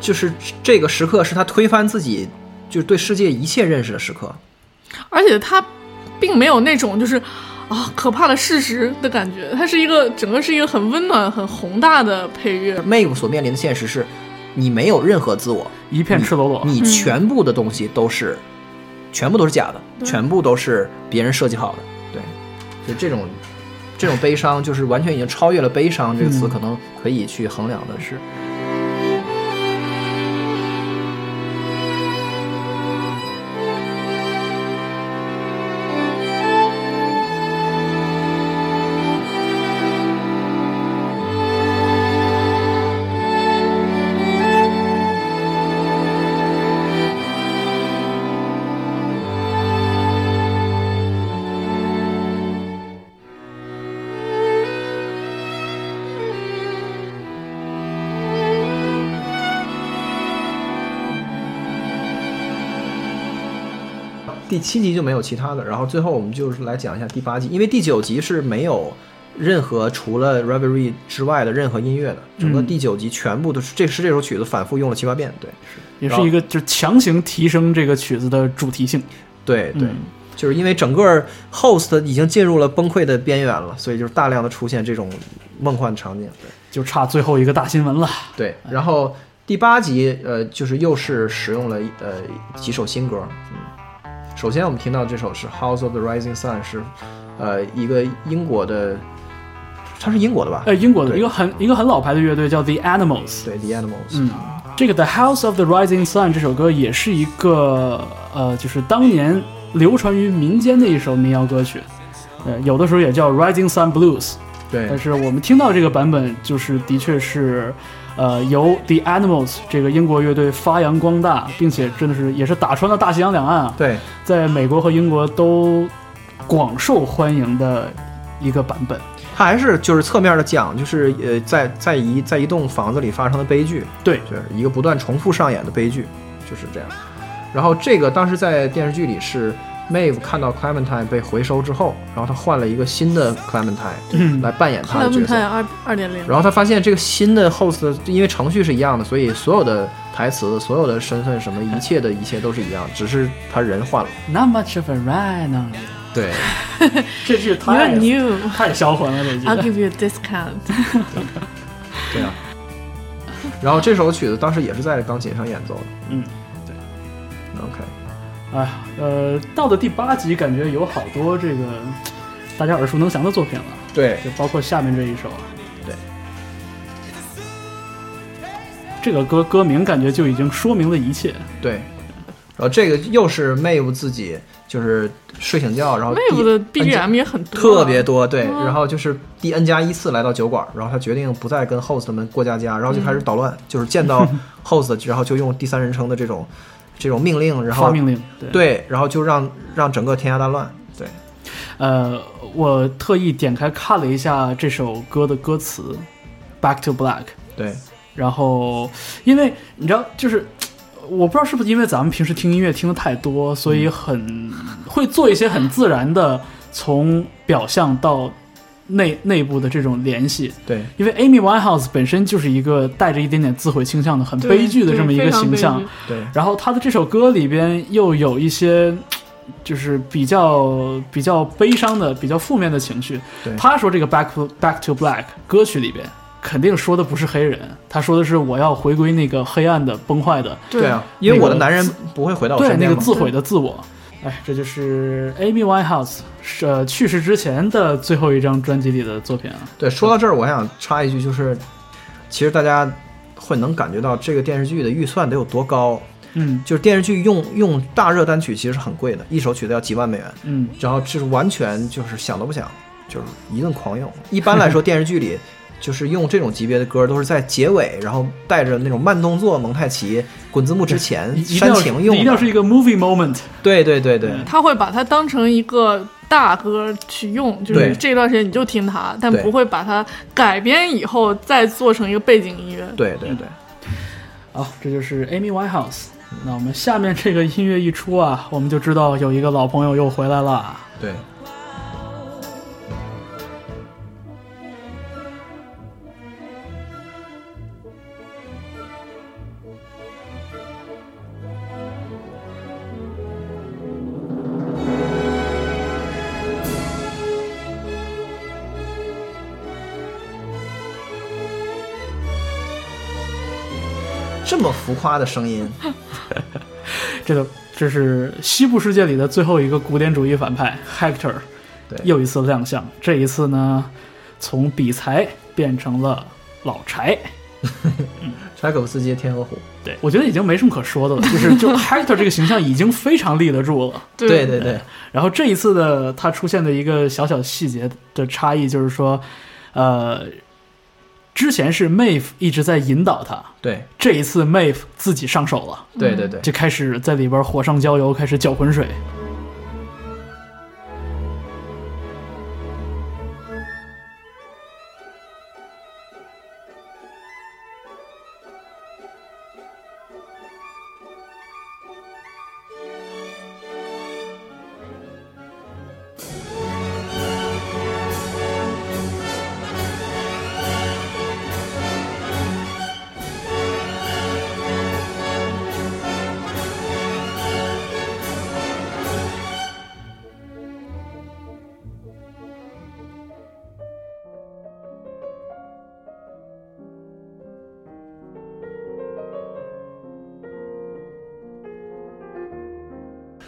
[SPEAKER 2] 就是这个时刻是他推翻自己，就是对世界一切认识的时刻。
[SPEAKER 1] 而且他并没有那种就是啊可怕的事实的感觉。它是一个整个是一个很温暖、很宏大的配乐。
[SPEAKER 2] Mave 所面临的现实是，你没有任何自我，
[SPEAKER 3] 一片赤裸裸。
[SPEAKER 2] 你全部的东西都是，全部都是假的，全部都是别人设计好的。对，所以这种这种悲伤，就是完全已经超越了悲伤这个词，可能可以去衡量的是。第七集就没有其他的，然后最后我们就是来讲一下第八集，因为第九集是没有任何除了 Reverie 之外的任何音乐的，整个第九集全部都是这是这首曲子反复用了七八遍，对，是
[SPEAKER 3] 也是一个就是强行提升这个曲子的主题性。
[SPEAKER 2] 对对，
[SPEAKER 3] 嗯
[SPEAKER 2] 就是因为整个 Host 已经进入了崩溃的边缘了，所以就是大量的出现这种梦幻场景，对。
[SPEAKER 3] 就差最后一个大新闻了。
[SPEAKER 2] 对，
[SPEAKER 3] 哎
[SPEAKER 2] 然后第八集呃，就是又是使用了呃几首新歌。嗯，首先我们听到这首是《House of the Rising Sun》，是呃一个英国的，它是英国的吧？
[SPEAKER 3] 呃，英国的
[SPEAKER 2] 哎对
[SPEAKER 3] 一个很一个很老牌的乐队叫 The Animals。
[SPEAKER 2] 对，《The Animals》。
[SPEAKER 3] 嗯，这个《The House of the Rising Sun》这首歌也是一个呃，就是当年流传于民间的一首民谣歌曲，呃，有的时候也叫 Rising Sun Blues。但
[SPEAKER 2] 对
[SPEAKER 3] 是我们听到这个版本，就是的确是，呃，由 The Animals 这个英国乐队发扬光大，并且真的是也是打穿了大西洋两岸啊，
[SPEAKER 2] 对，
[SPEAKER 3] 在美国和英国都广受欢迎的一个版本。
[SPEAKER 2] 它还是就是侧面的讲，就是呃在在一在一栋房子里发生的悲剧，
[SPEAKER 3] 对，
[SPEAKER 2] 就是一个不断重复上演的悲剧，就是这样。然后这个当时在电视剧里是 Maeve 看到 Clementine 被回收之后，然后她换了一个新的
[SPEAKER 3] 嗯
[SPEAKER 2] Clementine 来扮演她的角色。
[SPEAKER 1] Clementine 二二点零，
[SPEAKER 2] 然后她发现这个新的 host，因为程序是一样的，所以所有的台词、所有的身份、什么一切的一切都是一样，只是她人换了。
[SPEAKER 3] Not much of a ride on you。
[SPEAKER 2] 对，
[SPEAKER 3] 这句
[SPEAKER 1] You
[SPEAKER 3] 太
[SPEAKER 1] are new,
[SPEAKER 3] 太销魂了，这句。
[SPEAKER 1] I'll give you a discount。
[SPEAKER 2] 对啊。然后这首曲子当时也是在钢琴上演奏的。
[SPEAKER 3] 嗯，
[SPEAKER 2] 对。OK。
[SPEAKER 3] 哎，呃，到了第八集，感觉有好多这个大家耳熟能详的作品了，
[SPEAKER 2] 对
[SPEAKER 3] 就包括下面这一首。
[SPEAKER 2] 对。
[SPEAKER 3] 这个歌歌名感觉就已经说明了一切。
[SPEAKER 2] 对。然后这个又是 Mave 自己就是睡醒觉，然后
[SPEAKER 1] Wave
[SPEAKER 2] 第
[SPEAKER 1] 的
[SPEAKER 2] 摁键
[SPEAKER 1] BGM 也很多啊，
[SPEAKER 2] 特别多，嗯对。然后就是第 N 加一次来到酒馆，然后他决定不再跟 host 们过家家，然后就开始捣乱，就是见 到 host，然后就用第三人称的这种这种命令，然后
[SPEAKER 3] 发命令，对
[SPEAKER 2] 对，然后就让让整个天下大乱，对，
[SPEAKER 3] 呃，我特意点开看了一下这首歌的歌词，《Back to Black》。
[SPEAKER 2] 对，
[SPEAKER 3] 然后，因为你知道，就是我不知道是不是因为咱们平时听音乐听的太多，所以很会做一些很自然的从表象到内内部的这种联系。
[SPEAKER 2] 对，
[SPEAKER 3] 因为 Amy Winehouse 本身就是一个带着一点点自毁倾向的、很
[SPEAKER 1] 对
[SPEAKER 3] 悲剧的这么一
[SPEAKER 1] 对非
[SPEAKER 3] 个
[SPEAKER 1] 常
[SPEAKER 3] 形
[SPEAKER 1] 悲
[SPEAKER 3] 象
[SPEAKER 1] 剧，
[SPEAKER 2] 对，
[SPEAKER 3] 然后她的这首歌里边又有一些。就是比较比较悲伤的、比较负面的情绪。
[SPEAKER 2] 对
[SPEAKER 3] 他说这个 back to- back to black 歌曲里边肯定说的不是黑人，他说的是我要回归那个黑暗的、崩坏的，
[SPEAKER 2] 对啊，因为
[SPEAKER 3] 那个
[SPEAKER 2] 我的男人不会回到我
[SPEAKER 3] 对
[SPEAKER 2] 身
[SPEAKER 3] 那
[SPEAKER 2] 边
[SPEAKER 3] 个
[SPEAKER 2] 嘛，
[SPEAKER 3] 自毁的自我。哎，这就是 Amy Winehouse 是、呃、去世之前的最后一张专辑里的作品啊。
[SPEAKER 2] 对，说到这儿，我还想插一句，就是其实大家会能感觉到这个电视剧的预算得有多高，
[SPEAKER 3] 嗯
[SPEAKER 2] 就是电视剧用用大热单曲其实是很贵的，一首曲子要几万美元。
[SPEAKER 3] 嗯，
[SPEAKER 2] 然后这是完全就是想都不想，就是一顿狂用。一般来说，电视剧里就是用这种级别的歌，都是在结尾，然后带着那种慢动作蒙太奇、滚字幕之前
[SPEAKER 3] 一一定
[SPEAKER 2] 煽
[SPEAKER 3] 要
[SPEAKER 2] 情用
[SPEAKER 3] 一定要是
[SPEAKER 2] 的。
[SPEAKER 3] 一个 movie moment。
[SPEAKER 2] 对对对对
[SPEAKER 1] 他会把它当成一个大歌去用，就
[SPEAKER 2] 对
[SPEAKER 1] 是这段时间你就听它，但
[SPEAKER 2] 对
[SPEAKER 1] 不会把它改编以后再做成一个背景音乐。
[SPEAKER 2] 对对对，
[SPEAKER 3] 好，这就是 Amy Winehouse。那我们下面这个音乐一出啊，我们就知道有一个老朋友又回来了。
[SPEAKER 2] 对，这么浮夸的声音，
[SPEAKER 3] 这个这是西部世界里的最后一个古典主义反派 Hector，
[SPEAKER 2] 对
[SPEAKER 3] 又一次亮相。这一次呢，从比才变成了老柴。
[SPEAKER 2] 柴可夫斯基《天鹅湖》。
[SPEAKER 3] 对，我觉得已经没什么可说的了，就是就 Hector 这个形象已经非常立得住了。
[SPEAKER 1] 嗯
[SPEAKER 2] 对对对，
[SPEAKER 3] 然后这一次的他出现的一个小小细节的差异就是说，呃，之前是 Maeve 一直在引导他，
[SPEAKER 2] 对
[SPEAKER 3] 这一次 Maeve 自己上手了，
[SPEAKER 2] 对对对，
[SPEAKER 3] 就开始在里边火上浇油，开始搅浑水。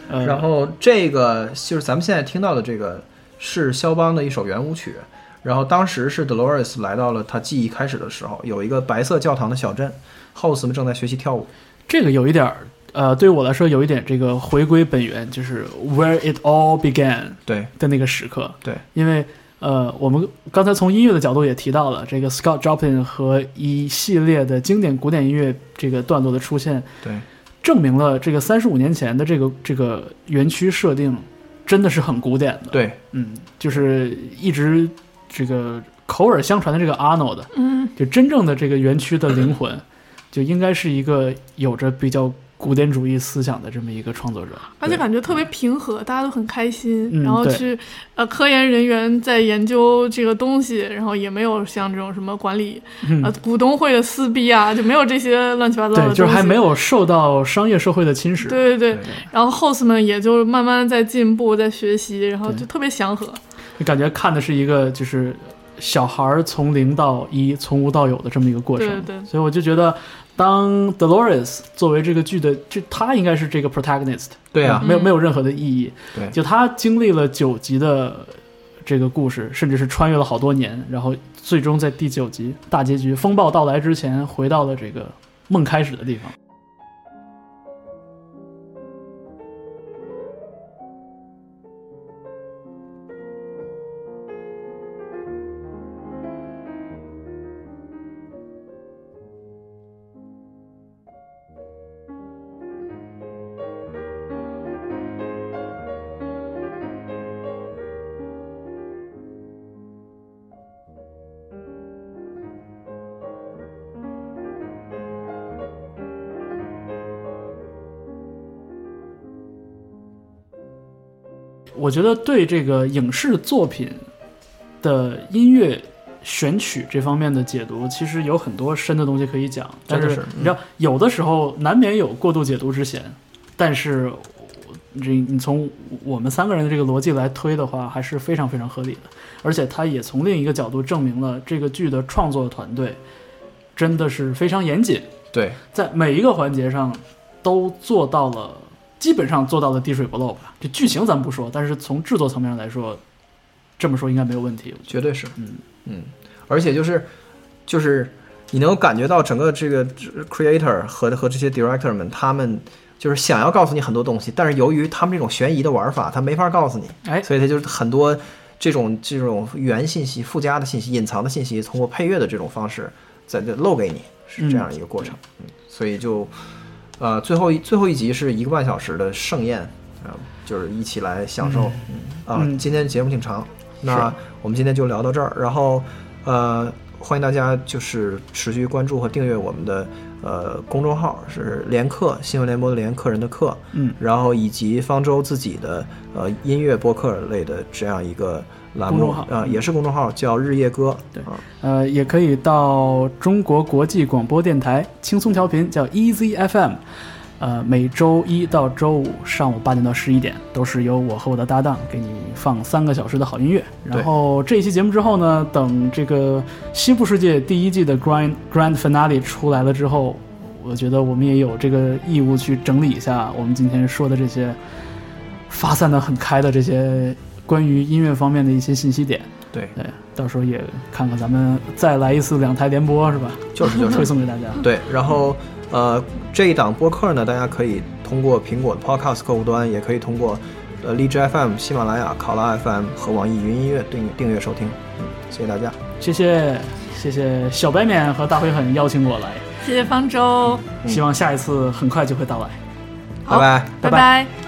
[SPEAKER 3] 呃、
[SPEAKER 2] 然后这个就是咱们现在听到的这个是肖邦的一首圆舞曲，然后当时是 Dolores 来到了他记忆开始的时候，有一个白色教堂的小镇，House 们正在学习跳舞。
[SPEAKER 3] 这个有一点儿，呃，对我来说有一点这个回归本源，就是 where it all began
[SPEAKER 2] 对
[SPEAKER 3] 的那个时刻。
[SPEAKER 2] 对，
[SPEAKER 3] 因为呃，我们刚才从音乐的角度也提到了，这个 Scott Joplin 和一系列的经典古典音乐这个段落的出现，
[SPEAKER 2] 对
[SPEAKER 3] 证明了这个三十五年前的这个这个园区设定真的是很古典的。，
[SPEAKER 2] 对
[SPEAKER 3] 嗯，就是一直这个口耳相传的这个 Arnold，
[SPEAKER 1] 嗯，
[SPEAKER 3] 就真正的这个园区的灵魂， 就应该是一个有着比较古典主义思想的这么一个创作者。
[SPEAKER 1] 而且感觉特别平和，大家都很开心，
[SPEAKER 3] 嗯
[SPEAKER 1] 然后
[SPEAKER 3] 对
[SPEAKER 1] 去呃科研人员在研究这个东西，然后也没有像这种什么管理、
[SPEAKER 3] 嗯
[SPEAKER 1] 呃股东会的撕逼啊，就没有这些乱七八糟的
[SPEAKER 3] 对，
[SPEAKER 1] 东西，
[SPEAKER 3] 就是还没。有受到商业社会的侵蚀。
[SPEAKER 1] 对对对
[SPEAKER 2] 对，
[SPEAKER 1] 然后 host 们也就慢慢在进步，在学习，然后
[SPEAKER 3] 对
[SPEAKER 1] 就特别祥和。
[SPEAKER 3] 就感觉看的是一个就是小孩儿从零到一，从无到有的这么一个过程。
[SPEAKER 1] 对对
[SPEAKER 3] 所以我就觉得，当 Dolores 作为这个剧的，就他应该是这个 protagonist，
[SPEAKER 2] 对啊，
[SPEAKER 3] 没有没有任何的意义。
[SPEAKER 2] 对
[SPEAKER 3] 就他经历了九集的这个故事，甚至是穿越了好多年，然后最终在第九集大结局风暴到来之前，回到了这个梦开始的地方。我觉得对这个影视作品的音乐选取这方面的解读，其实有很多深的东西可以讲。但
[SPEAKER 2] 真的
[SPEAKER 3] 是
[SPEAKER 2] 是嗯
[SPEAKER 3] 你知道，有的时候难免有过度解读之嫌。但是我这你从我们三个人的这个逻辑来推的话，还是非常非常合理的。而且它也从另一个角度证明了这个剧的创作团队真的是非常严谨，
[SPEAKER 2] 对
[SPEAKER 3] 在每一个环节上都做到了，基本上做到了滴水不漏吧。这剧情咱不说，但是从制作层面上来说，这么说应该没有问题。我觉
[SPEAKER 2] 绝对是，
[SPEAKER 3] 嗯
[SPEAKER 2] 嗯，而且就是就是你能感觉到整个这个 creator 和和这些 director 们，他们就是想要告诉你很多东西，但是由于他们这种悬疑的玩法，他没法告诉你，
[SPEAKER 3] 得，哎，
[SPEAKER 2] 所以他就是很多这种这种原信息、附加的信息、隐藏的信息，通过配乐的这种方式在这露给你，是这样一个过程。嗯所以就呃最后一最后一集是一个半小时的盛宴啊、就是一起来享受。啊、
[SPEAKER 3] 嗯
[SPEAKER 2] 今天节目挺长，那我们今天就聊到这儿，然后呃。欢迎大家就是持续关注和订阅我们的呃公众号是联客新闻联播的联客人的客，
[SPEAKER 3] 嗯，
[SPEAKER 2] 然后以及方舟自己的呃音乐播客类的这样一个栏目，
[SPEAKER 3] 公众号嗯
[SPEAKER 2] 呃也是公众号，叫日夜歌。
[SPEAKER 3] 对
[SPEAKER 2] 啊
[SPEAKER 3] 呃，也可以到中国国际广播电台轻松调频，叫 E Easy FM。呃，每周一到周五上午八点到十一点，都是由我和我的搭档给你放三个小时的好音乐。然
[SPEAKER 2] 对
[SPEAKER 3] 后这一期节目之后呢，等这个《西部世界》第一季的 Grand Grand Finale 出来了之后，我觉得我们也有这个义务去整理一下我们今天说的这些发散的很开的这些关于音乐方面的一些信息点。
[SPEAKER 2] 对，
[SPEAKER 3] 对，到时候也看看咱们再来一次两台联播是吧？
[SPEAKER 2] 就是就
[SPEAKER 3] 推
[SPEAKER 2] 是
[SPEAKER 3] 送给大家。
[SPEAKER 2] 对。然后呃，这一档播客呢，大家可以通过苹果的 Podcast 客户端，也可以通过呃荔枝 FM、喜马拉雅、考拉 FM 和网易云音乐订订阅收听。嗯，谢谢大家。
[SPEAKER 3] 谢谢谢谢小白脸和大灰很邀请我来，
[SPEAKER 1] 谢谢方舟，
[SPEAKER 3] 嗯
[SPEAKER 2] 嗯
[SPEAKER 3] 希望下一次很快就会到来。
[SPEAKER 1] 好
[SPEAKER 2] 拜拜
[SPEAKER 1] 拜
[SPEAKER 3] 拜
[SPEAKER 1] 拜